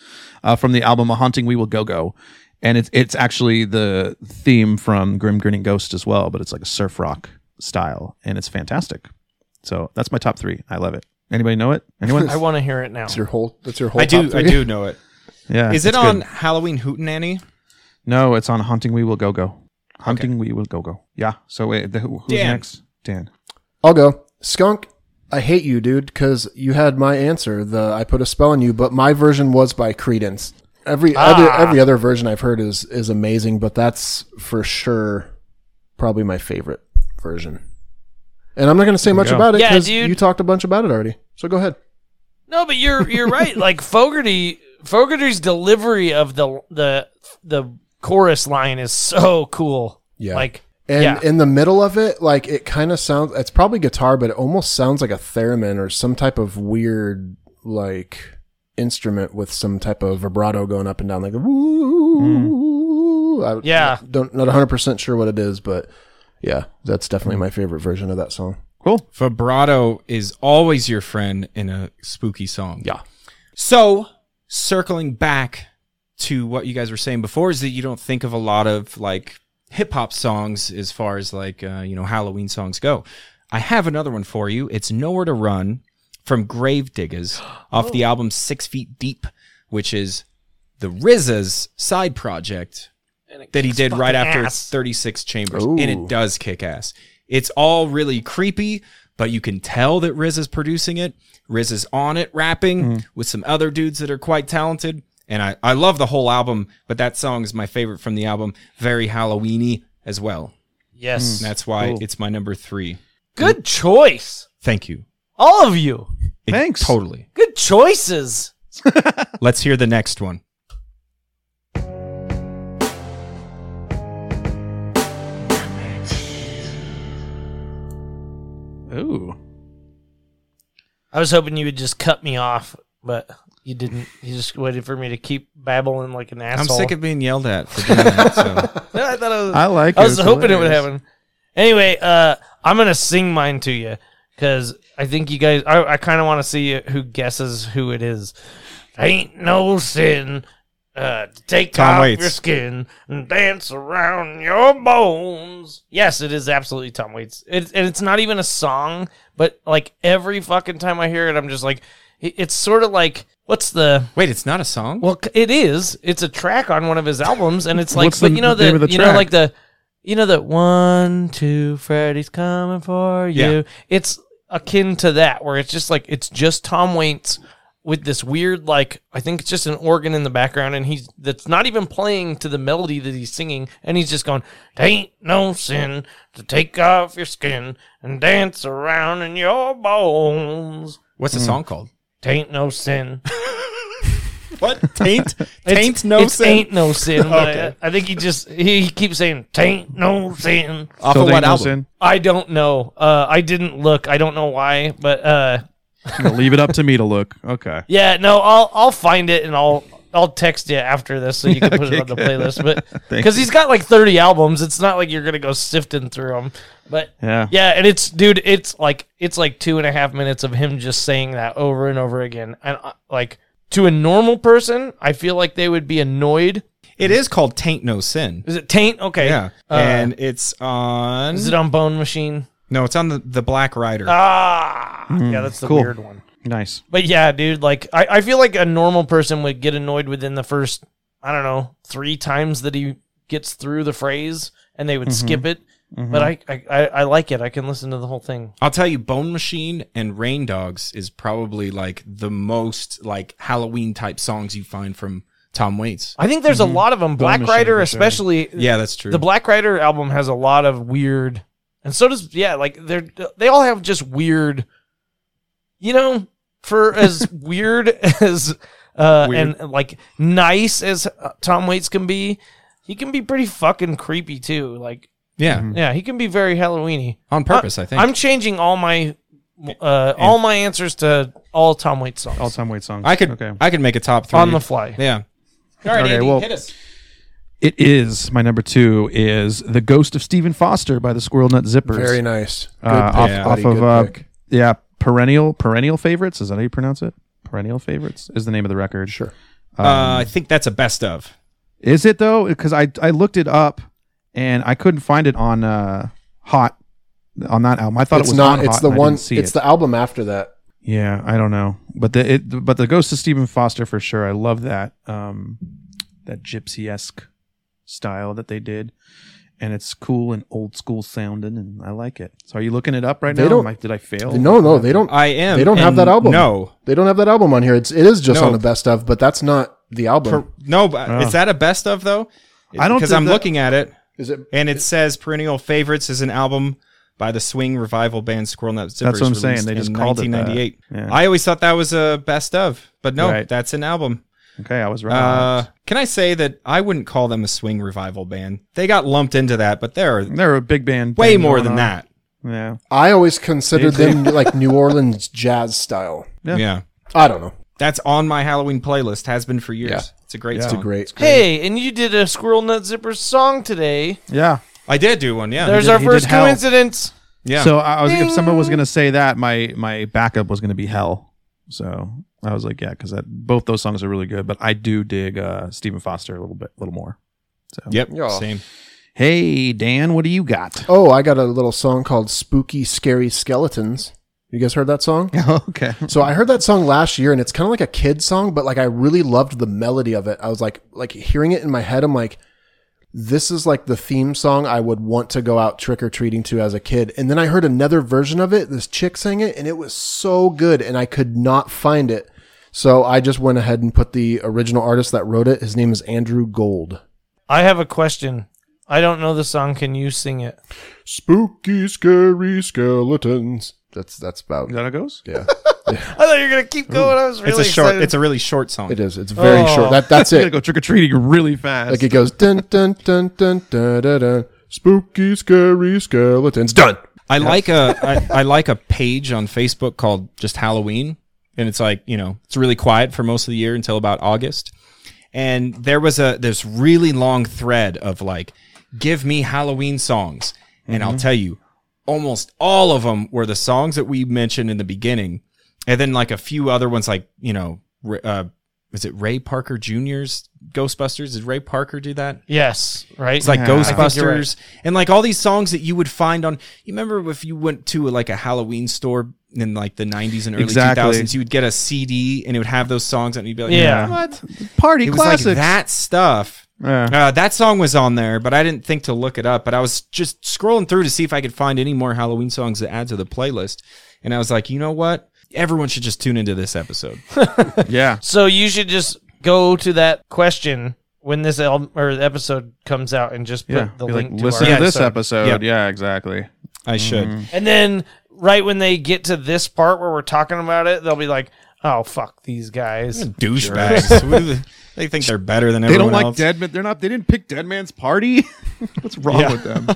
Speaker 6: uh, from the album A Haunting We Will Go Go. And it's it's actually the theme from Grim Grinning Ghost as well, but it's like a surf rock style and it's fantastic. So that's my top three. I love it. Anybody know it? Anyone?
Speaker 8: I want to hear it now.
Speaker 7: That's your whole. That's your whole.
Speaker 3: I do
Speaker 7: top
Speaker 3: I
Speaker 7: three?
Speaker 3: do
Speaker 6: *laughs*
Speaker 3: know it.
Speaker 6: yeah.
Speaker 3: Is
Speaker 6: it's
Speaker 3: it
Speaker 6: good.
Speaker 3: on Halloween Hootenanny?
Speaker 6: No, it's on Haunting We Will Go Go. Haunting We Will Go Go. Yeah. So wait, the, who- who's
Speaker 3: Dan.
Speaker 6: next? Dan.
Speaker 7: I'll go. Skunk, I hate you, dude, because you had my answer. The I put a spell on you, but my version was by Credence. Every other every other version I've heard is is amazing, but that's for sure probably my favorite version. And I'm not going to say much about it
Speaker 8: Yeah,
Speaker 7: because
Speaker 8: dude.
Speaker 7: you talked a bunch about it already. So go ahead.
Speaker 8: No, but you're you're right. Like Fogarty, Fogarty's delivery of the the the chorus line is so cool.
Speaker 7: Yeah.
Speaker 8: Like
Speaker 7: And
Speaker 8: yeah.
Speaker 7: in the middle of it, like it kind of sounds, it's probably guitar, but it almost sounds like a theremin or some type of weird, like, instrument with some type of vibrato going up and down, like, woo. I
Speaker 8: Yeah.
Speaker 7: Don't, not 100% sure what it is, but yeah, that's definitely my favorite version of that song.
Speaker 6: Cool.
Speaker 3: Vibrato is always your friend in a spooky song.
Speaker 7: Yeah.
Speaker 3: So, circling back to what you guys were saying before is that you don't think of a lot of like hip hop songs as far as like, uh, you know, Halloween songs go. I have another one for you. It's Nowhere to Run from Grave Diggers off the album Six Feet Deep, which is the RZA's side project that he did right after
Speaker 8: ass.
Speaker 3: 36 Chambers.
Speaker 7: Ooh.
Speaker 3: And it does kick ass. It's all really creepy, but you can tell that Riz is producing it. Riz is on it rapping with some other dudes that are quite talented. And I, I love the whole album, but that song is my favorite from the album. Very Halloweeny as well. And
Speaker 8: yes,
Speaker 3: Mm, that's why it's my number three.
Speaker 8: good choice,
Speaker 3: Thank you.
Speaker 8: all of you.
Speaker 3: It-
Speaker 6: Thanks.
Speaker 3: Totally.
Speaker 8: Good choices.
Speaker 3: Let's hear the next one.
Speaker 6: Ooh.
Speaker 8: I was hoping you would just cut me off, but you didn't. You just waited for me to keep babbling like an
Speaker 3: I'm
Speaker 8: asshole.
Speaker 3: sick of being yelled at for doing that. So.
Speaker 8: No, *laughs* I thought I was.
Speaker 6: I like
Speaker 8: I
Speaker 6: it.
Speaker 8: was
Speaker 6: It's
Speaker 8: hoping it would
Speaker 6: hilarious.
Speaker 8: happen. Anyway, uh, I'm gonna sing mine to you because I think you guys. I, I kind of want to see who guesses who it is. Ain't no sin uh, to take
Speaker 3: Tom
Speaker 8: off
Speaker 3: Waits.
Speaker 8: your skin and dance around your bones. Yes, it is absolutely Tom Waits. It, and it's not even a song, but like every fucking time I hear it, I'm just like, it- it's sort of like what's the
Speaker 3: Wait, it's not a song?
Speaker 8: well, c- it is. It's a track on one of his albums, and it's like,
Speaker 6: What's
Speaker 8: but
Speaker 6: the
Speaker 8: you know
Speaker 6: name
Speaker 8: the,
Speaker 6: of the
Speaker 8: you know
Speaker 6: track?
Speaker 8: like the, you know the one two Freddy's coming for you.
Speaker 3: Yeah.
Speaker 8: It's akin to that, where it's just like it's just Tom Waits with this weird like I think it's just an organ in the background, and he's that's not even playing to the melody that he's singing, and he's just going, "Tain't no sin to take off your skin and dance around in your bones."
Speaker 3: What's the song called?
Speaker 8: Tain't no sin.
Speaker 3: What? Taint?
Speaker 8: It's-
Speaker 3: Taint no
Speaker 8: it's
Speaker 3: sin.
Speaker 8: Ain't no sin. but
Speaker 3: *laughs*
Speaker 8: I-
Speaker 3: Okay.
Speaker 8: I, think he just he, he keeps saying taint no sin.
Speaker 3: Off
Speaker 6: Till
Speaker 3: of
Speaker 6: They
Speaker 3: what
Speaker 6: Know
Speaker 3: album?
Speaker 6: Sin.
Speaker 8: I don't know. Uh, I didn't look. I don't know why, but uh,
Speaker 6: I'm gonna leave it up to me to look.
Speaker 3: *laughs*
Speaker 6: Okay.
Speaker 8: yeah, no, I'll I'll find it and I'll I'll text you after this so
Speaker 3: *laughs*
Speaker 8: you can put it
Speaker 6: Okay,
Speaker 8: on the
Speaker 6: good.
Speaker 8: playlist. But
Speaker 6: Thank
Speaker 8: because he's got like thirty albums, it's not like you're gonna go sifting through them. But
Speaker 6: Yeah.
Speaker 8: yeah, and it's dude, it's like it's like two and a half minutes of him just saying that over and over again, and uh, like to a normal person, I feel like they would be annoyed.
Speaker 3: It is called Taint No Sin.
Speaker 8: Is it taint? Okay,
Speaker 3: Yeah.
Speaker 8: Uh,
Speaker 3: and it's on.
Speaker 8: Is it on Bone Machine?
Speaker 3: no, it's on the, the Black Rider.
Speaker 8: Ah, yeah, that's the
Speaker 6: Hmm, cool.
Speaker 8: weird one.
Speaker 6: Nice.
Speaker 8: But yeah, dude, like I, I feel like a normal person would get annoyed within the first, I don't know, three times that he gets through the phrase, and they would
Speaker 6: Mm-hmm.
Speaker 8: skip it. But I, I, I, I like it. I can listen to the whole thing.
Speaker 3: I'll tell you, Bone Machine and Rain Dogs is probably like the most like Halloween type songs you find from Tom Waits.
Speaker 8: I think there's a lot of them. Black
Speaker 6: Mm-hmm. Machine,
Speaker 8: Rider,
Speaker 6: for sure.
Speaker 8: especially.
Speaker 3: Yeah, that's true.
Speaker 8: Uh, the Black Rider album has a lot of weird, and so does yeah, like they're they all have just weird, you know, for as *laughs* weird as uh
Speaker 3: Weird.
Speaker 8: and like nice as uh, Tom Waits can be, he can be pretty fucking creepy too. Like
Speaker 3: yeah,
Speaker 8: yeah, he can be very Halloweeny
Speaker 3: on purpose, I think.
Speaker 8: Mm-hmm. Uh, I'm changing all my uh all my answers to all Tom Waits songs
Speaker 6: All time wait songs.
Speaker 3: I could
Speaker 6: Okay.
Speaker 3: I could make a top three
Speaker 8: on the fly.
Speaker 3: Yeah,
Speaker 9: All right,
Speaker 6: Okay,
Speaker 9: Andy,
Speaker 6: well-
Speaker 9: hit us.
Speaker 6: It is my number two is the Ghost of Stephen Foster by the Squirrel Nut Zippers.
Speaker 7: Very nice. Good
Speaker 6: Uh, off,
Speaker 3: pick,
Speaker 6: off
Speaker 7: buddy,
Speaker 6: of
Speaker 7: good
Speaker 6: uh,
Speaker 7: pick.
Speaker 6: yeah perennial perennial favorites. Is that how you pronounce it? Perennial favorites is the name of the record.
Speaker 7: Sure. Um,
Speaker 3: uh, I think that's a best of.
Speaker 6: Is it though? Because I I looked it up and I couldn't find it on uh, Hot on that album. I thought
Speaker 7: it's
Speaker 6: it was
Speaker 7: not,
Speaker 6: on
Speaker 7: it's
Speaker 6: Hot
Speaker 7: the
Speaker 6: and I
Speaker 7: one,
Speaker 6: didn't
Speaker 7: it's
Speaker 6: see it.
Speaker 7: the album after that.
Speaker 6: Yeah, I don't know, but the it, but the Ghost of Stephen Foster for sure. I love that um that gypsy esque style that they did, and it's cool and old school sounding, and I like it. So are you looking it up right
Speaker 7: They
Speaker 6: now?
Speaker 7: don't-
Speaker 6: Am I- did I fail?
Speaker 7: No, no, they don't,
Speaker 3: I am.
Speaker 7: They don't have
Speaker 3: and
Speaker 7: that album.
Speaker 3: No,
Speaker 7: they don't have that album on here. It's, it is just
Speaker 3: No.
Speaker 7: on the best of, but that's not the album.
Speaker 3: Per- no, but
Speaker 6: Oh.
Speaker 3: is that a best of though?
Speaker 6: I don't
Speaker 3: because
Speaker 6: think
Speaker 3: I'm
Speaker 6: that-
Speaker 3: looking at it
Speaker 7: is it?
Speaker 3: and it says perennial favorites is an album by the swing revival band Squirrel Nut Zippers.
Speaker 6: That's what I'm saying.
Speaker 3: released
Speaker 6: They just
Speaker 3: in
Speaker 6: called it that.
Speaker 3: 1998.
Speaker 6: Yeah.
Speaker 3: I always thought that was a best of, but no,
Speaker 6: Right.
Speaker 3: that's an album.
Speaker 6: Okay, I was right.
Speaker 3: Uh, can I say that I wouldn't call them a swing revival band? They got lumped into that, but they're
Speaker 6: They're a big band.
Speaker 3: way
Speaker 6: thing
Speaker 3: more
Speaker 6: going
Speaker 3: than
Speaker 6: on.
Speaker 3: that.
Speaker 6: Yeah.
Speaker 7: I always considered them like New Orleans jazz style.
Speaker 6: Yeah.
Speaker 3: yeah.
Speaker 7: I don't know.
Speaker 3: That's on my Halloween playlist. Has been for years.
Speaker 7: Yeah.
Speaker 3: It's a great
Speaker 6: Yeah.
Speaker 3: song.
Speaker 7: It's great.
Speaker 8: Hey, and you did a Squirrel Nut Zippers song today.
Speaker 6: Yeah.
Speaker 3: I did do one. Yeah.
Speaker 8: There's
Speaker 6: did-
Speaker 8: our
Speaker 6: he did
Speaker 8: first
Speaker 6: help.
Speaker 8: coincidence.
Speaker 3: yeah.
Speaker 6: So I was, if someone was going to say that, my my backup was going to be Hell. So I was like, yeah, because that both those songs are really good. But I do dig uh, Stephen Foster a little bit, a little more. So
Speaker 3: yep.
Speaker 7: Yeah.
Speaker 3: Same.
Speaker 6: Hey Dan, what do you got?
Speaker 7: Oh, I got a little song called Spooky Scary Skeletons. You guys heard that song?
Speaker 6: *laughs* okay.
Speaker 7: So I heard that song last year and it's kind of like a kid song, but like I really loved the melody of it. I was like like hearing it in my head, I'm like this is like the theme song I would want to go out trick or treating to as a kid. And then I heard another version of it. This chick sang it and it was so good and I could not find it. So I just went ahead and put the original artist that wrote it. His name is Andrew Gold.
Speaker 8: I have a question. I don't know the song. Can you sing it?
Speaker 7: Spooky scary skeletons. That's that's about
Speaker 6: Is that how it goes?
Speaker 7: yeah.
Speaker 8: I thought you were gonna keep going. I was really
Speaker 3: it's a short.
Speaker 8: excited.
Speaker 3: It's a really short song.
Speaker 7: It is. It's very
Speaker 8: Oh.
Speaker 7: short. That that's
Speaker 6: You gotta
Speaker 7: it.
Speaker 6: go trick or treating really fast.
Speaker 7: Like it goes dun dun dun dun dun dun. dun. Spooky scary skeletons. Done.
Speaker 3: I like a I, I like a page on Facebook called just Halloween, and it's like you know it's really quiet for most of the year until about August, and there was a this really long thread of like, give me Halloween songs, and I'll tell you, almost all of them were the songs that we mentioned in the beginning, and then like a few other ones like you know, Ra- uh, is it Ray Parker Jr.'s Ghostbusters? Did Ray Parker do that?
Speaker 8: yes, right.
Speaker 3: It's like
Speaker 6: Yeah.
Speaker 8: I think you're
Speaker 3: Ghostbusters
Speaker 8: right.
Speaker 3: and like all these songs that you would find on. You remember if you went to like a Halloween store in like the 90s and early
Speaker 6: Exactly.
Speaker 3: 2000s, you would get a CD and it would have those songs and you'd be like,
Speaker 8: Yeah.
Speaker 3: what?
Speaker 6: Party
Speaker 3: It was
Speaker 6: classics.
Speaker 3: like that stuff.
Speaker 6: Yeah.
Speaker 3: Uh, that song was on there, but I didn't think to look it up. But I was just scrolling through to see if I could find any more Halloween songs to add to the playlist. And I was like, you know what? Everyone should just tune into this episode.
Speaker 6: yeah.
Speaker 8: so you should just go to that question when this album or the episode comes out and just put
Speaker 6: Yeah.
Speaker 8: the
Speaker 6: Be like,
Speaker 8: link to
Speaker 6: listen
Speaker 8: our
Speaker 6: to this
Speaker 8: episode.
Speaker 6: episode.
Speaker 3: Yep.
Speaker 6: Yeah, exactly.
Speaker 3: I should.
Speaker 6: Mm-hmm.
Speaker 8: And then right when they get to this part where we're talking about it, they'll be like, "Oh fuck, these guys."
Speaker 3: Douchebags. they think they're better than
Speaker 6: They
Speaker 3: everyone
Speaker 6: don't like
Speaker 3: else.
Speaker 6: Dead Man. They're not. They didn't pick Dead Man's Party. *laughs* What's wrong
Speaker 3: Yeah.
Speaker 6: with them?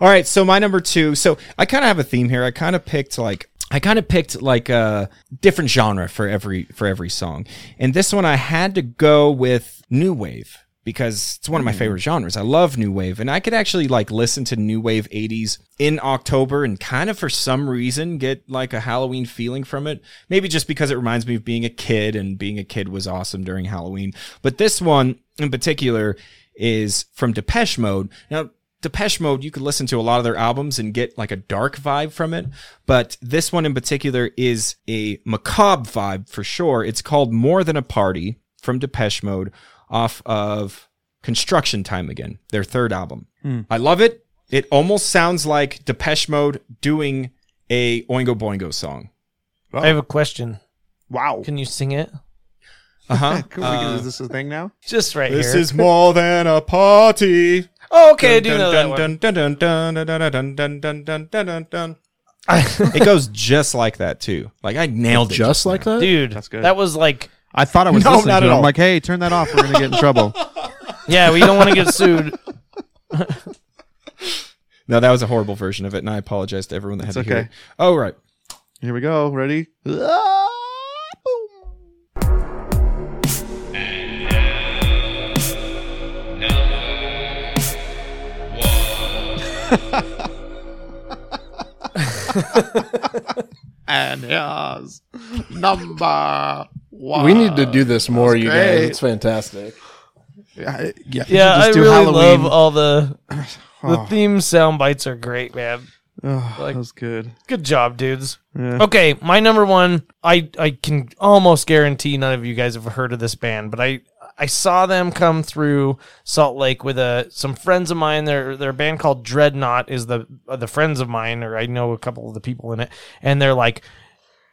Speaker 3: All right, so my number two. So I kind of have a theme here. I kind of picked like I kind of picked like a different genre for every for every song, and this one I had to go with new wave because it's one of my favorite genres. I love new wave, and I could actually like listen to new wave '80s in October and kind of for some reason get like a Halloween feeling from it. Maybe just because it reminds me of being a kid, and being a kid was awesome during Halloween. But this one in particular is from Depeche Mode. Now. Depeche Mode, you could listen to a lot of their albums and get like a dark vibe from it. But this one in particular is a macabre vibe for sure. It's called More Than a Party from Depeche Mode off of Construction Time Again, their third album. I love it. It almost sounds like Depeche Mode doing a Oingo Boingo song.
Speaker 8: I have a question.
Speaker 6: *laughs* Wow. Uh,
Speaker 8: Can you sing it?
Speaker 3: Uh-huh.
Speaker 6: Cool. is this a thing now?
Speaker 8: Just right
Speaker 3: This
Speaker 8: here.
Speaker 3: is more than a party.
Speaker 8: oh, okay, I do
Speaker 3: Dun,
Speaker 8: know that
Speaker 3: dun,
Speaker 8: one.
Speaker 3: dun, dun, dun, dun, dun, dun, dun, dun, dun, dun, dun. It goes just like that too. Like I nailed it.
Speaker 7: Just like that?
Speaker 8: Dude,
Speaker 6: That's good.
Speaker 8: that was like,
Speaker 6: I thought *laughs* I was
Speaker 3: No,
Speaker 6: listening
Speaker 3: not
Speaker 6: to
Speaker 3: at
Speaker 6: it.
Speaker 3: all.
Speaker 6: I'm like, hey, turn that off. We're gonna get in trouble.
Speaker 8: yeah, we don't want to
Speaker 3: *laughs*
Speaker 8: get sued.
Speaker 3: No, that was a horrible version of it, and I apologize to everyone that had
Speaker 6: It's
Speaker 3: to hear
Speaker 6: okay.
Speaker 3: it. Oh, right.
Speaker 6: *laughs* Here we go. Ready? and here's number one.
Speaker 7: we need to do this more, you guys.
Speaker 6: great.
Speaker 7: It's fantastic.
Speaker 6: Yeah,
Speaker 8: Yeah, I really love uh, all the the theme sound bites are great, man.
Speaker 6: that was good.
Speaker 8: Good job, dudes. Okay, my number one. I I can almost guarantee none of you guys have heard of this band, but I I saw them come through Salt Lake with a some friends of mine. Their their band called Dreadnought is the uh, the friends of mine, or I know a couple of the people in it, and they're like.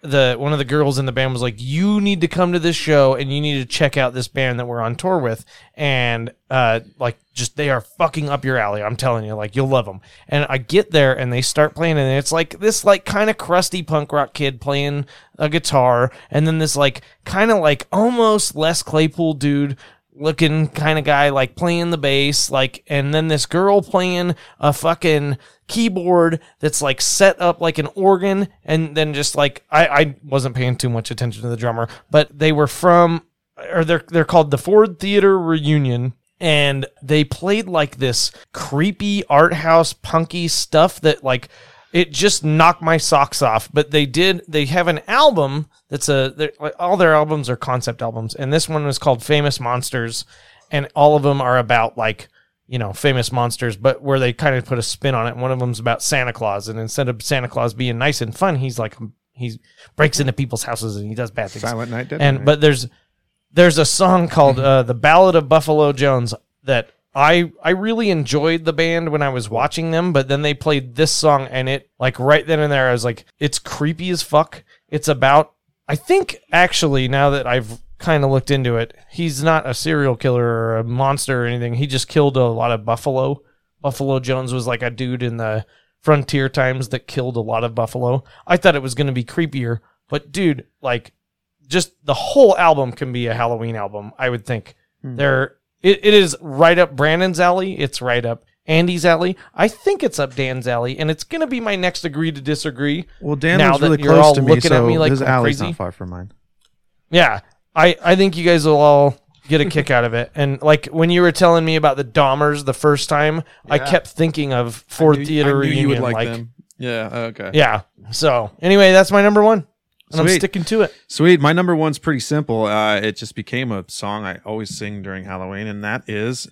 Speaker 8: the one of the girls in the band was like, "You need to come to this show and you need to check out this band that we're on tour with." And uh, like, just they are fucking up your alley. I'm telling you, like you'll love them. And I get there and they start playing, and it's like this like kind of crusty punk rock kid playing a guitar, and then this like kind of like almost less Claypool dude looking kind of guy like playing the bass like and then this girl playing a fucking keyboard that's like set up like an organ and then just like I, I wasn't paying too much attention to the drummer but they were from or they're they're called the Ford Theater Reunion and they played like this creepy art house punky stuff that like it just knocked my socks off. But they did. They have an album that's a they're- like, all their albums are concept albums, and this one was called Famous Monsters, and all of them are about like you know famous monsters, but where they kind of put a spin on it. One of them's about Santa Claus, and instead of Santa Claus being nice and fun, he's like he breaks into people's houses and he does bad things.
Speaker 6: Silent Night, Deadly
Speaker 8: and
Speaker 6: Night.
Speaker 8: but there's there's a song called uh, "The Ballad of Buffalo Jones" that I I really enjoyed the band when I was watching them, but then they played this song and it like right then and there I was like, it's creepy as fuck. It's about I think actually now that I've kind of looked into it, he's not a serial killer or a monster or anything. He just killed a lot of buffalo. Buffalo Jones was like a dude in the frontier times that killed a lot of buffalo. I thought it was going to be creepier, but dude, like just the whole album can be a Halloween album, I would think.
Speaker 6: Hmm.
Speaker 8: There it, it is right up Brandon's alley, it's right up Andy's alley. I think it's up Dan's alley, and it's gonna be my next agree to disagree.
Speaker 6: Well, Dan
Speaker 8: Now
Speaker 6: was
Speaker 8: that
Speaker 6: really
Speaker 8: you're
Speaker 6: close
Speaker 8: all
Speaker 6: to me,
Speaker 8: looking at
Speaker 6: so
Speaker 8: me like
Speaker 6: his
Speaker 8: I'm
Speaker 6: alley's
Speaker 8: crazy.
Speaker 6: not far from mine.
Speaker 8: Yeah. I, I think you guys will all get a kick out of *laughs* it. And like when you were telling me about the Dahmers the first time, I kept thinking of Ford Theater Reunion. like,
Speaker 11: Yeah. Okay.
Speaker 8: Yeah. So anyway, that's my number one. And I'm
Speaker 6: Sweet.
Speaker 8: sticking to it.
Speaker 6: Sweet. My number one's pretty simple. Uh, it just became a song I always sing during Halloween, and that is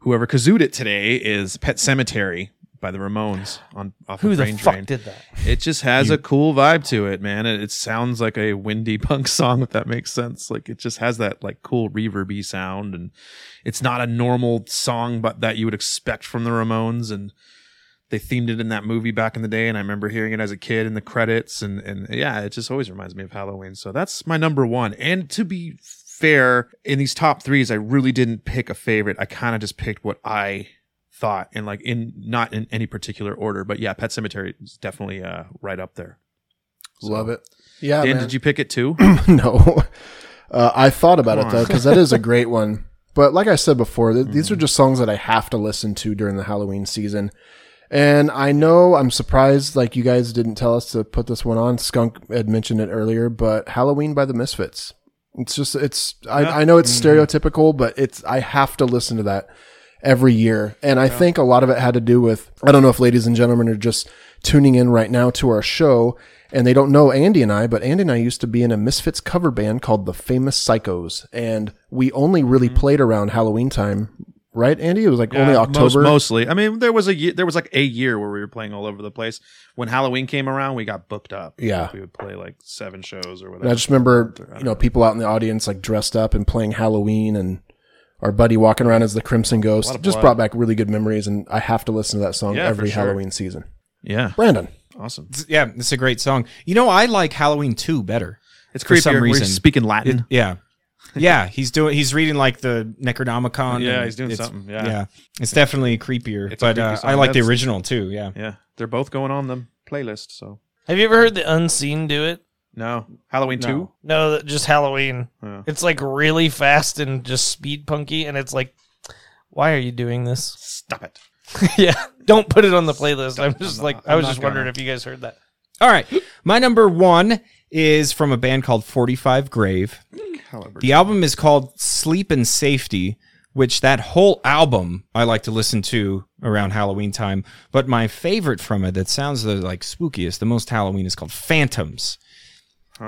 Speaker 6: whoever kazooed it today is Pet Cemetery by the Ramones on off
Speaker 8: Who
Speaker 6: of
Speaker 8: the
Speaker 6: Brain
Speaker 8: fuck
Speaker 6: Drain.
Speaker 8: did that?
Speaker 6: It just has a cool vibe to it, man. It, it sounds like a windy punk *laughs* song, if that makes sense. Like it just has that like cool reverby sound, and it's not a normal song, but that you would expect from the Ramones. And they themed it in that movie back in the day, and I remember hearing it as a kid in the credits. And and yeah, it just always reminds me of Halloween. So that's my number one. And to be fair, in these top threes, I really didn't pick a favorite. I kind of just picked what I thought and like in not in any particular order but yeah pet cemetery is definitely uh right up there
Speaker 7: Love it. Yeah.
Speaker 6: dan
Speaker 7: man.
Speaker 6: did you pick it
Speaker 7: *clears throat*
Speaker 6: too
Speaker 7: *laughs* no. Uh, I thought about
Speaker 6: Come
Speaker 7: it though,
Speaker 6: on. Mm.
Speaker 7: because that is a
Speaker 6: *laughs*
Speaker 7: great one. But like I said before, th- these are just songs that I have to listen to during the Halloween season. And I know I'm surprised, like you guys didn't tell us to put this one on. Skunk had mentioned it earlier, but Halloween by the Misfits. It's just, it's, I, I know it's
Speaker 6: Mm-hmm.
Speaker 7: stereotypical, but it's, I have to listen to that every year. And I think a lot of it had to do with, I don't know if ladies and gentlemen are just tuning in right now to our show and they don't know Andy and I, but Andy and I used to be in a Misfits cover band called the Famous Psychos. And we only really played around Halloween time, right, Andy? It was like
Speaker 6: Mm-hmm.
Speaker 7: only
Speaker 6: Yeah,
Speaker 7: October.
Speaker 6: most- mostly i mean there was a year there was like a year where we were playing all over the place when halloween came around we got booked up
Speaker 7: Yeah.
Speaker 6: we would play like seven shows or whatever
Speaker 7: And I just remember, you know, people out in the audience like dressed up and playing Halloween and our buddy walking around as the Crimson Ghost.
Speaker 6: of
Speaker 7: Just
Speaker 6: blood.
Speaker 7: brought back really good memories. And I have to listen to that song
Speaker 6: Yeah, for
Speaker 7: every
Speaker 6: sure.
Speaker 7: Halloween season.
Speaker 6: yeah
Speaker 7: Brandon.
Speaker 6: awesome
Speaker 3: It's- yeah, it's a great song. You know, I like Halloween 2 better.
Speaker 6: it's
Speaker 3: For
Speaker 6: creepier
Speaker 3: some
Speaker 6: we're
Speaker 3: reason.
Speaker 6: speaking latin *laughs*
Speaker 3: Yeah. Yeah, he's doing he's reading like the Necronomicon.
Speaker 6: Yeah,
Speaker 3: and
Speaker 6: he's doing
Speaker 3: it's-
Speaker 6: something, yeah.
Speaker 3: It's definitely creepier,
Speaker 6: It's a
Speaker 3: but
Speaker 6: creepy
Speaker 3: uh,
Speaker 6: song.
Speaker 3: I like the
Speaker 6: That's-
Speaker 3: original too, yeah.
Speaker 6: yeah they're both going on the playlist so
Speaker 8: Have you ever heard the unseen do it?
Speaker 6: no halloween
Speaker 3: No.
Speaker 6: 2
Speaker 8: No, that- just Halloween.
Speaker 6: Yeah.
Speaker 8: It's like really fast and just speed punky, and it's like, why are you doing this?
Speaker 6: stop it
Speaker 8: *laughs* yeah, don't put it on the playlist. I'm just
Speaker 6: not-
Speaker 8: like, I
Speaker 6: I'm
Speaker 8: was
Speaker 6: not
Speaker 8: just wondering
Speaker 6: gonna.
Speaker 8: if you guys heard that.
Speaker 3: All right. My number 1 is from a band called 45 Grave.
Speaker 6: however
Speaker 3: The album is called Sleep and Safety, which that whole album I like to listen to around Halloween time. But my favorite from it that sounds the like spookiest, the most Halloween is called Phantoms.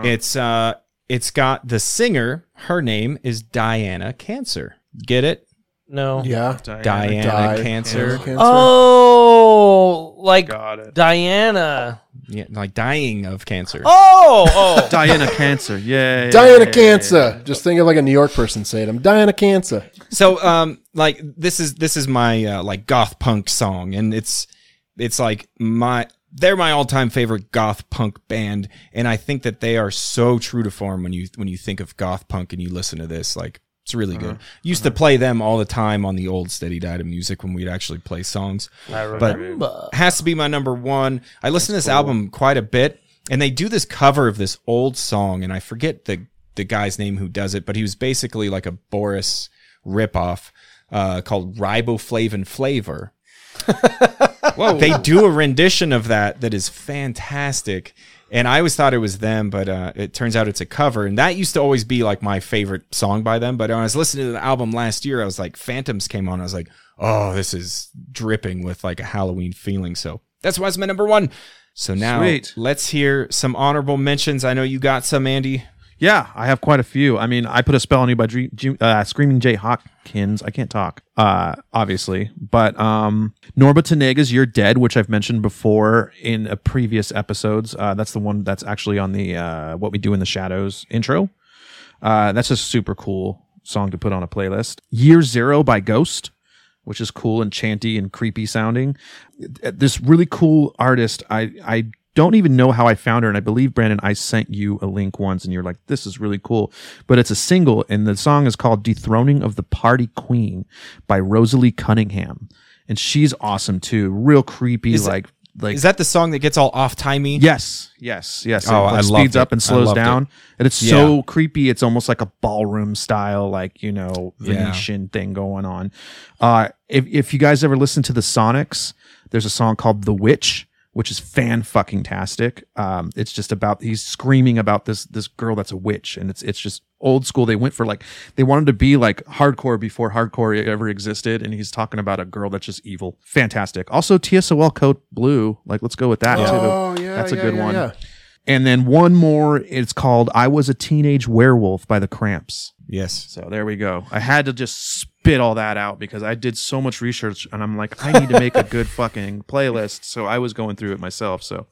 Speaker 3: It's uh it's got the singer, her name is Diana Cancer. Get it?
Speaker 8: No.
Speaker 7: Yeah.
Speaker 3: Diana,
Speaker 7: Di-
Speaker 3: Cancer.
Speaker 7: Cancer.
Speaker 8: Oh, like
Speaker 6: got it
Speaker 8: Diana.
Speaker 3: Yeah, like dying of cancer.
Speaker 8: Oh, oh. *laughs*
Speaker 6: diana cancer yeah
Speaker 7: Diana Cancer. Just think of like a New York person saying, I'm Diana Cancer.
Speaker 3: so um like this is this is my uh, like goth punk song and it's it's like my they're my all-time favorite goth punk band and I think that they are so true to form when you when you think of goth punk and you listen to this like it's really good.
Speaker 8: Uh-huh.
Speaker 3: Used to play them all the time on the old Steady Diet of Music when we'd actually play songs.
Speaker 8: I
Speaker 3: But
Speaker 8: remember.
Speaker 3: has to be my number one. I listen to this album quite a bit, and they do this cover of this old song, and I forget the the guy's name who does it, but he was basically like a Boris ripoff uh, called Riboflavin Flavor. Whoa. They do a rendition of that that is fantastic. And I always thought it was them, but uh, it turns out it's a cover. And that used to always be like my favorite song by them. But when I was listening to the album last year, I was like, Phantoms came on. I was like, oh, this is dripping with like a Halloween feeling. So that's why it's my number one. So now
Speaker 6: Sweet.
Speaker 3: let's hear some honorable mentions. I know you got some, Andy.
Speaker 6: Yeah, I have quite a few. I mean, I put a spell on you by Dre- Ju- uh, Screaming Jay Hawkins. I can't talk, uh, obviously, but um, Norba Tanega's "You're Dead," which I've mentioned before in uh, previous episodes. Uh, that's the one that's actually on the uh, "What We Do in the Shadows" intro. Uh, that's a super cool song to put on a playlist. Year Zero by Ghost, which is cool and chanty and creepy sounding. Th- This really cool artist, I, I don't even know how I found her. And I believe, Brandon, I sent you a link once and you're like, this is really cool. But it's a single, and the song is called Dethroning of the Party Queen by Rosalie Cunningham. And she's awesome too. Real creepy,
Speaker 3: Is that-
Speaker 6: like. like
Speaker 3: Is that the song that gets all off timey?
Speaker 6: Yes, yes, yes.
Speaker 3: Oh,
Speaker 6: it, like,
Speaker 3: I loved
Speaker 6: speeds up
Speaker 3: it.
Speaker 6: and
Speaker 3: I
Speaker 6: slows
Speaker 3: loved it.
Speaker 6: down, and it's so creepy. It's almost like a ballroom style, like you know,
Speaker 3: Yeah.
Speaker 6: Venetian thing going on. Uh, if if you guys ever listen to the Sonics, there's a song called "The Witch." Which is fan fucking tastic. Um, it's just about he's screaming about this this girl that's a witch, and it's it's just old school. They went for like they wanted to be like hardcore before hardcore ever existed, and he's talking about a girl that's just evil. Fantastic. Also, TSOL Code Blue. Like, let's go with that too.
Speaker 7: Oh, yeah,
Speaker 6: that's a
Speaker 7: yeah,
Speaker 6: good
Speaker 7: yeah,
Speaker 6: one.
Speaker 7: yeah.
Speaker 6: And then one more, it's called I Was a Teenage Werewolf by the Cramps.
Speaker 3: Yes.
Speaker 6: So there we go. I had to just spit all that out because I did so much research and I'm like, I need to make a good fucking *laughs* playlist. So I was going through it myself. So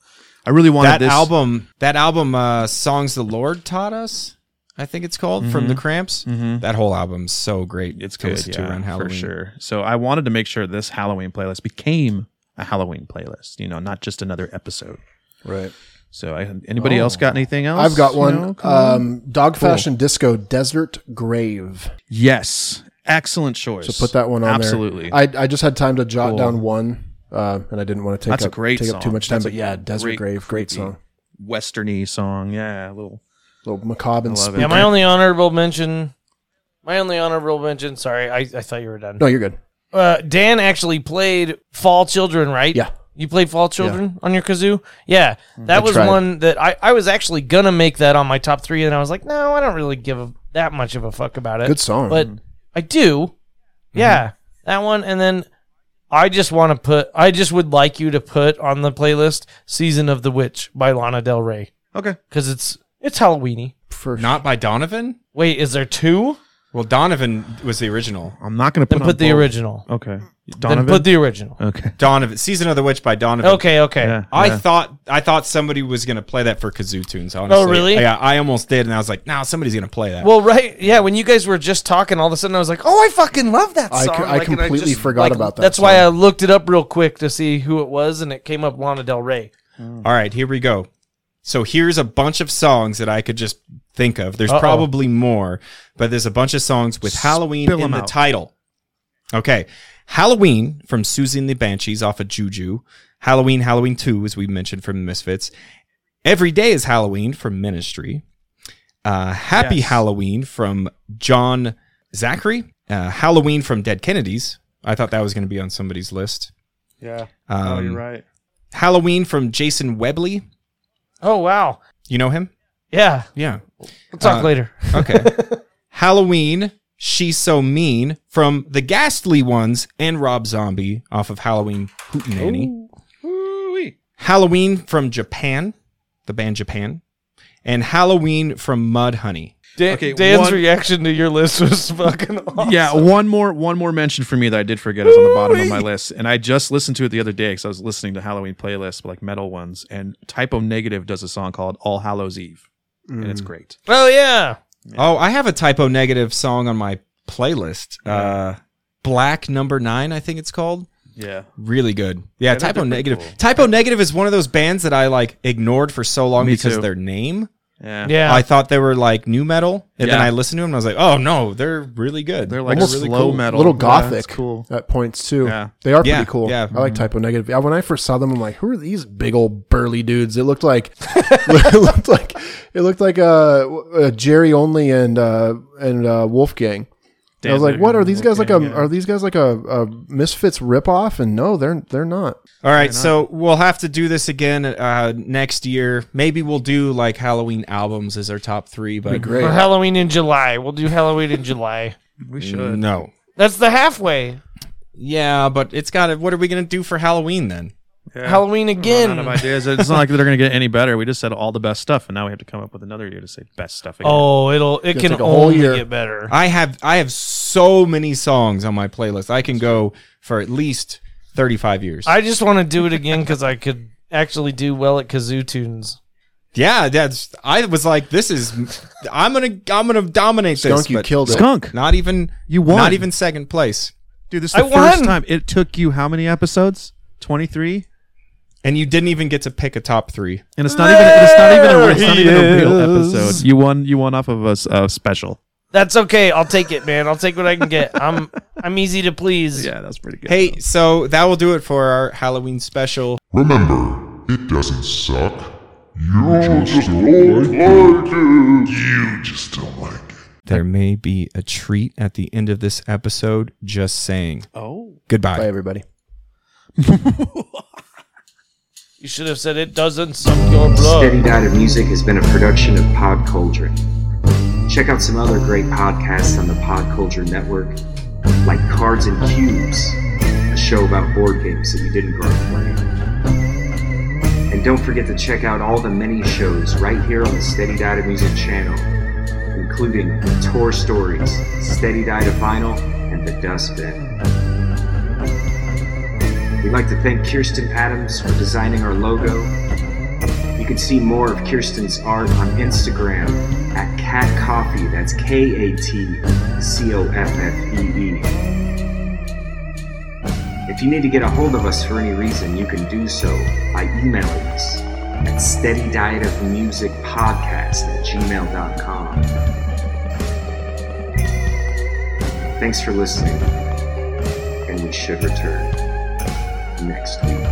Speaker 6: I really wanted
Speaker 3: That
Speaker 6: this
Speaker 3: album, that album, uh, Songs the Lord Taught Us, I think it's called, from the Cramps. That whole album's so great.
Speaker 6: Mm-hmm. It's
Speaker 3: to
Speaker 6: good,
Speaker 3: listen to
Speaker 6: yeah,
Speaker 3: around
Speaker 6: for
Speaker 3: Halloween.
Speaker 6: sure. So I wanted to make sure this Halloween playlist became a Halloween playlist, you know, not just another episode.
Speaker 7: Right. Oh.
Speaker 6: So I, anybody else got anything else?
Speaker 7: I've got
Speaker 6: You
Speaker 7: one.
Speaker 6: know, come on.
Speaker 7: um, Dog Fashion Disco Desert Grave.
Speaker 6: yes. Excellent choice.
Speaker 7: So put that one on
Speaker 6: Absolutely.
Speaker 7: there. Absolutely. I I just had time to jot
Speaker 6: Cool.
Speaker 7: down one, uh, and I didn't want to take
Speaker 6: That's
Speaker 7: up,
Speaker 6: a great
Speaker 7: take
Speaker 6: song.
Speaker 7: up too much time.
Speaker 6: That's a
Speaker 7: but yeah, Desert
Speaker 6: great,
Speaker 7: Grave, great
Speaker 6: creepy
Speaker 7: song,
Speaker 6: westerny song. Yeah, a little.
Speaker 7: little macabre and
Speaker 6: I love it.
Speaker 7: spooky.
Speaker 8: Yeah, my only honorable mention. My only honorable mention. Sorry, I, I thought you were done.
Speaker 7: No, you're good.
Speaker 8: Uh, Dan actually played Fall Children, right?
Speaker 7: Yeah. Mm-hmm.
Speaker 8: You played Fall Children on your kazoo? Yeah. That was
Speaker 7: tried.
Speaker 8: one that I, I was actually going to make that on my top three, and I was like, no, I don't really give a, that much of a fuck about it.
Speaker 7: Good song. Mm-hmm.
Speaker 8: But I do. Yeah. That one. And then I just want to put, I just would like you to put on the playlist Season of the Witch by Lana Del Rey
Speaker 6: Okay.
Speaker 8: because it's, it's Halloweeny.
Speaker 7: For
Speaker 3: Not by Donovan?
Speaker 8: Wait, is there two?
Speaker 3: Well, Donovan was the original.
Speaker 6: I'm not going to
Speaker 8: Then
Speaker 6: put
Speaker 8: put,
Speaker 6: on
Speaker 8: the
Speaker 6: both.
Speaker 8: original.
Speaker 6: Okay.
Speaker 8: Then
Speaker 6: Donovan.
Speaker 8: put the original.
Speaker 6: okay.
Speaker 3: Donovan, Season of the Witch by Donovan.
Speaker 8: Okay, okay.
Speaker 6: Yeah.
Speaker 3: I thought I thought somebody was gonna play that for kazoo tunes. Honestly,
Speaker 8: Oh, really?
Speaker 3: Yeah, I almost did, and I was like, "Nah, somebody's gonna play that."
Speaker 8: Well, right, yeah. When you guys were just talking, all of a sudden I was like, "Oh, I fucking love that
Speaker 7: I
Speaker 8: song!"
Speaker 7: co- I
Speaker 8: Like, and
Speaker 7: completely forgot about that
Speaker 8: That's why I
Speaker 7: song.
Speaker 8: looked it up real quick to see who it was, and it came up Lana Del Rey.
Speaker 3: All right, here we go. So here's a bunch of songs that I could just think of. There's
Speaker 8: Uh-oh.
Speaker 3: probably more, but there's a bunch of songs with Halloween
Speaker 6: Spill 'em
Speaker 3: in the
Speaker 6: out.
Speaker 3: title. Okay. Halloween from Susie and the Banshees off of Juju. Halloween, Halloween 2, as we mentioned from Misfits. Every Day is Halloween from Ministry. Uh, Happy
Speaker 6: Yes.
Speaker 3: Halloween from John Zachary. Uh, Halloween from Dead Kennedys. I thought that was going to be on somebody's list.
Speaker 6: Yeah. Oh,
Speaker 3: Um,
Speaker 6: right.
Speaker 3: Halloween from Jason Webley.
Speaker 8: Oh wow,
Speaker 3: You know him?
Speaker 8: yeah.
Speaker 3: Yeah.
Speaker 8: We'll talk
Speaker 3: Uh,
Speaker 8: later.
Speaker 3: Okay. *laughs* Halloween, She's So Mean from The Ghastly Ones and Rob Zombie off of Halloween Hootenanny. Halloween from Japan, the band Japan. And Halloween from Mud Honey.
Speaker 8: Dan,
Speaker 6: okay,
Speaker 8: Dan's
Speaker 6: one-
Speaker 8: reaction to your list was *laughs* fucking awesome.
Speaker 6: Yeah, one more one more mention for me that I did forget is on the bottom of my list, and I just listened to it the other day because I was listening to Halloween playlists like metal ones, and Typo Negative does a song called All Hallows Eve, and
Speaker 7: Mm.
Speaker 6: it's great.
Speaker 8: Oh yeah.
Speaker 3: Oh, I have a typo negative song on my playlist. Uh, Black Number Nine, I think it's called.
Speaker 6: Yeah.
Speaker 3: Really good. Yeah,
Speaker 6: they're
Speaker 3: Typo
Speaker 6: pretty
Speaker 3: Negative.
Speaker 6: cool.
Speaker 3: Typo Negative is one of those bands that I like ignored for so long
Speaker 6: Me
Speaker 3: because
Speaker 6: too.
Speaker 3: their name.
Speaker 6: Yeah.
Speaker 8: Yeah.
Speaker 3: I thought they were like new metal, and then
Speaker 6: Yeah.
Speaker 3: I listened to them and I was like, oh no, they're really good.
Speaker 6: They're like
Speaker 3: They're
Speaker 7: Almost
Speaker 3: really
Speaker 6: slow
Speaker 3: cool.
Speaker 6: metal.
Speaker 7: little
Speaker 6: Yeah, that's
Speaker 7: gothic
Speaker 6: cool. Mm-hmm.
Speaker 7: at points too.
Speaker 6: Yeah.
Speaker 7: They are pretty
Speaker 3: Yeah,
Speaker 7: cool.
Speaker 3: yeah.
Speaker 7: I like typo negative. Yeah, when I first saw them, I'm like, who are these big old burly dudes? It looked like *laughs* it looked like it looked like uh, uh, Jerry only and uh, and uh, Wolfgang. And I was
Speaker 6: Damn,
Speaker 7: like, what
Speaker 6: they're
Speaker 7: are these guys like? A,
Speaker 6: Wolfgang, yeah.
Speaker 7: Are these guys like a, a Misfits ripoff? And no, they're they're not.
Speaker 3: All right, so we'll have to do this again uh, next year. Maybe we'll do like Halloween albums as our top three, but
Speaker 7: Great.
Speaker 8: Or Halloween in July. We'll do Halloween in July.
Speaker 6: We should.
Speaker 3: no.
Speaker 8: That's the halfway.
Speaker 3: Yeah, but it's got to. What are we gonna do for Halloween then?
Speaker 6: Yeah.
Speaker 8: Halloween again.
Speaker 6: Run out of ideas. It's not like they're going to get any better. We just said all the best stuff, and now we have to come up with another year to say best stuff again.
Speaker 8: Oh, it'll it
Speaker 7: It'll
Speaker 8: can
Speaker 7: take a whole
Speaker 8: only
Speaker 7: year.
Speaker 8: get better.
Speaker 3: I have I have so many songs on my playlist. I can go for at least thirty five years.
Speaker 8: I just want to do it again because I could actually do well at kazoo tunes.
Speaker 3: yeah, that's. I was like, this is. I'm gonna I'm gonna dominate this.
Speaker 7: Skunk, you
Speaker 3: but
Speaker 7: killed it.
Speaker 6: Skunk,
Speaker 3: Not even
Speaker 6: You won.
Speaker 3: Not even second place.
Speaker 6: dude, this is
Speaker 8: I
Speaker 6: the first
Speaker 8: won!
Speaker 6: time it took you how many episodes? Twenty three,
Speaker 3: And you didn't even get to pick a top three.
Speaker 6: and it's not even it's not even a, it's not even a real episode. You won you won off of a s- a special.
Speaker 8: That's okay. I'll take it, man. I'll take what I can get. I'm I'm easy to please.
Speaker 6: Yeah, that's pretty good.
Speaker 3: Hey, so that will do it for our Halloween special.
Speaker 4: Remember, it doesn't suck. You just don't like it. You just don't like it.
Speaker 3: There may be a treat at the end of this episode. Just saying.
Speaker 6: oh.
Speaker 3: Goodbye.
Speaker 7: Bye everybody.
Speaker 8: You should have said it doesn't suck your blood.
Speaker 10: Steady Diet of Music has been a production of Pod Cauldron. Check out some other great podcasts on the Pod Cauldron Network, like Cards and Cubes, a show about board games that you didn't grow up playing. And don't forget to check out all the mini shows right here on the Steady Diet of Music channel, including Tour Stories, Steady Diet of Vinyl, and The Dustbin. We'd like to thank Kirsten Adams for designing our logo. You can see more of Kirsten's art on Instagram at Cat Coffee. That's K A T C O F F E E. If you need to get a hold of us for any reason, you can do so by emailing us at steady diet of music podcast at gmail.com. Thanks for listening, and we should return next week.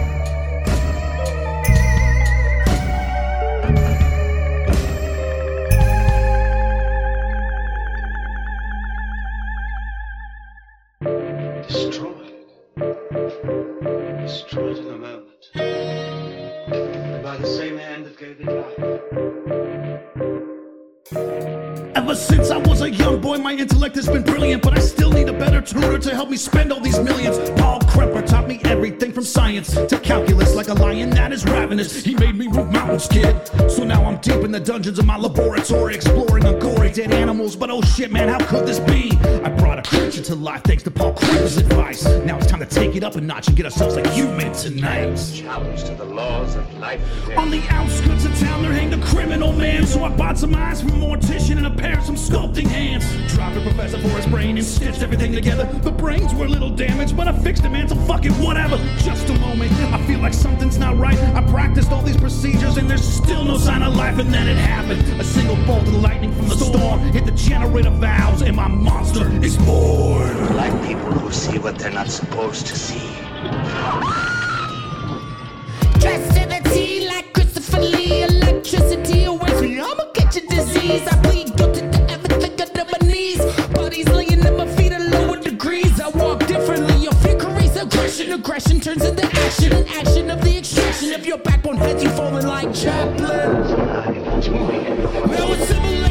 Speaker 11: destroyed. Destroyed in a moment. By the same hand that gave it life.
Speaker 2: Ever since I was a young boy, my intellect has been brilliant, but I still need a better tutor to help me spend all these millions. Paul Krepper taught me everything from science to calculus, like a lion that is ravenous. He made me move mountains, kid. So now I'm deep in the dungeons of my laboratory, exploring ungory dead animals. But oh shit, man, how could this be? I brought a creature to life thanks to Paul Krepper's advice. Now it's time to take it up a notch and get ourselves a human tonight.
Speaker 11: Challenge to the laws of life and death.
Speaker 2: On the outskirts of town, there hanged a criminal man. So I bought some eyes from a mortician and a pair of some sculpting hands. Dropped a professor for his brain and stitched everything together. The brains were a little damaged, but I fixed it, man, so fuck it, whatever. Just a moment, I feel like something's not right. I practiced all these procedures and there's still no sign of life, and then it happened. A single bolt of lightning from the storm hit the generator valves, and my monster is born.
Speaker 11: Like people who see what they're not supposed to see.
Speaker 12: Dressed to the T like Christopher Lee. Electricity awaits me. I'ma get your disease. I plead guilty to everything under my knees. Bodies laying at my feet at lower degrees. I walk differently. Your fear creates aggression. Aggression turns into action. An action of the extraction of your backbone has you falling like Chaplin. Now it's similar.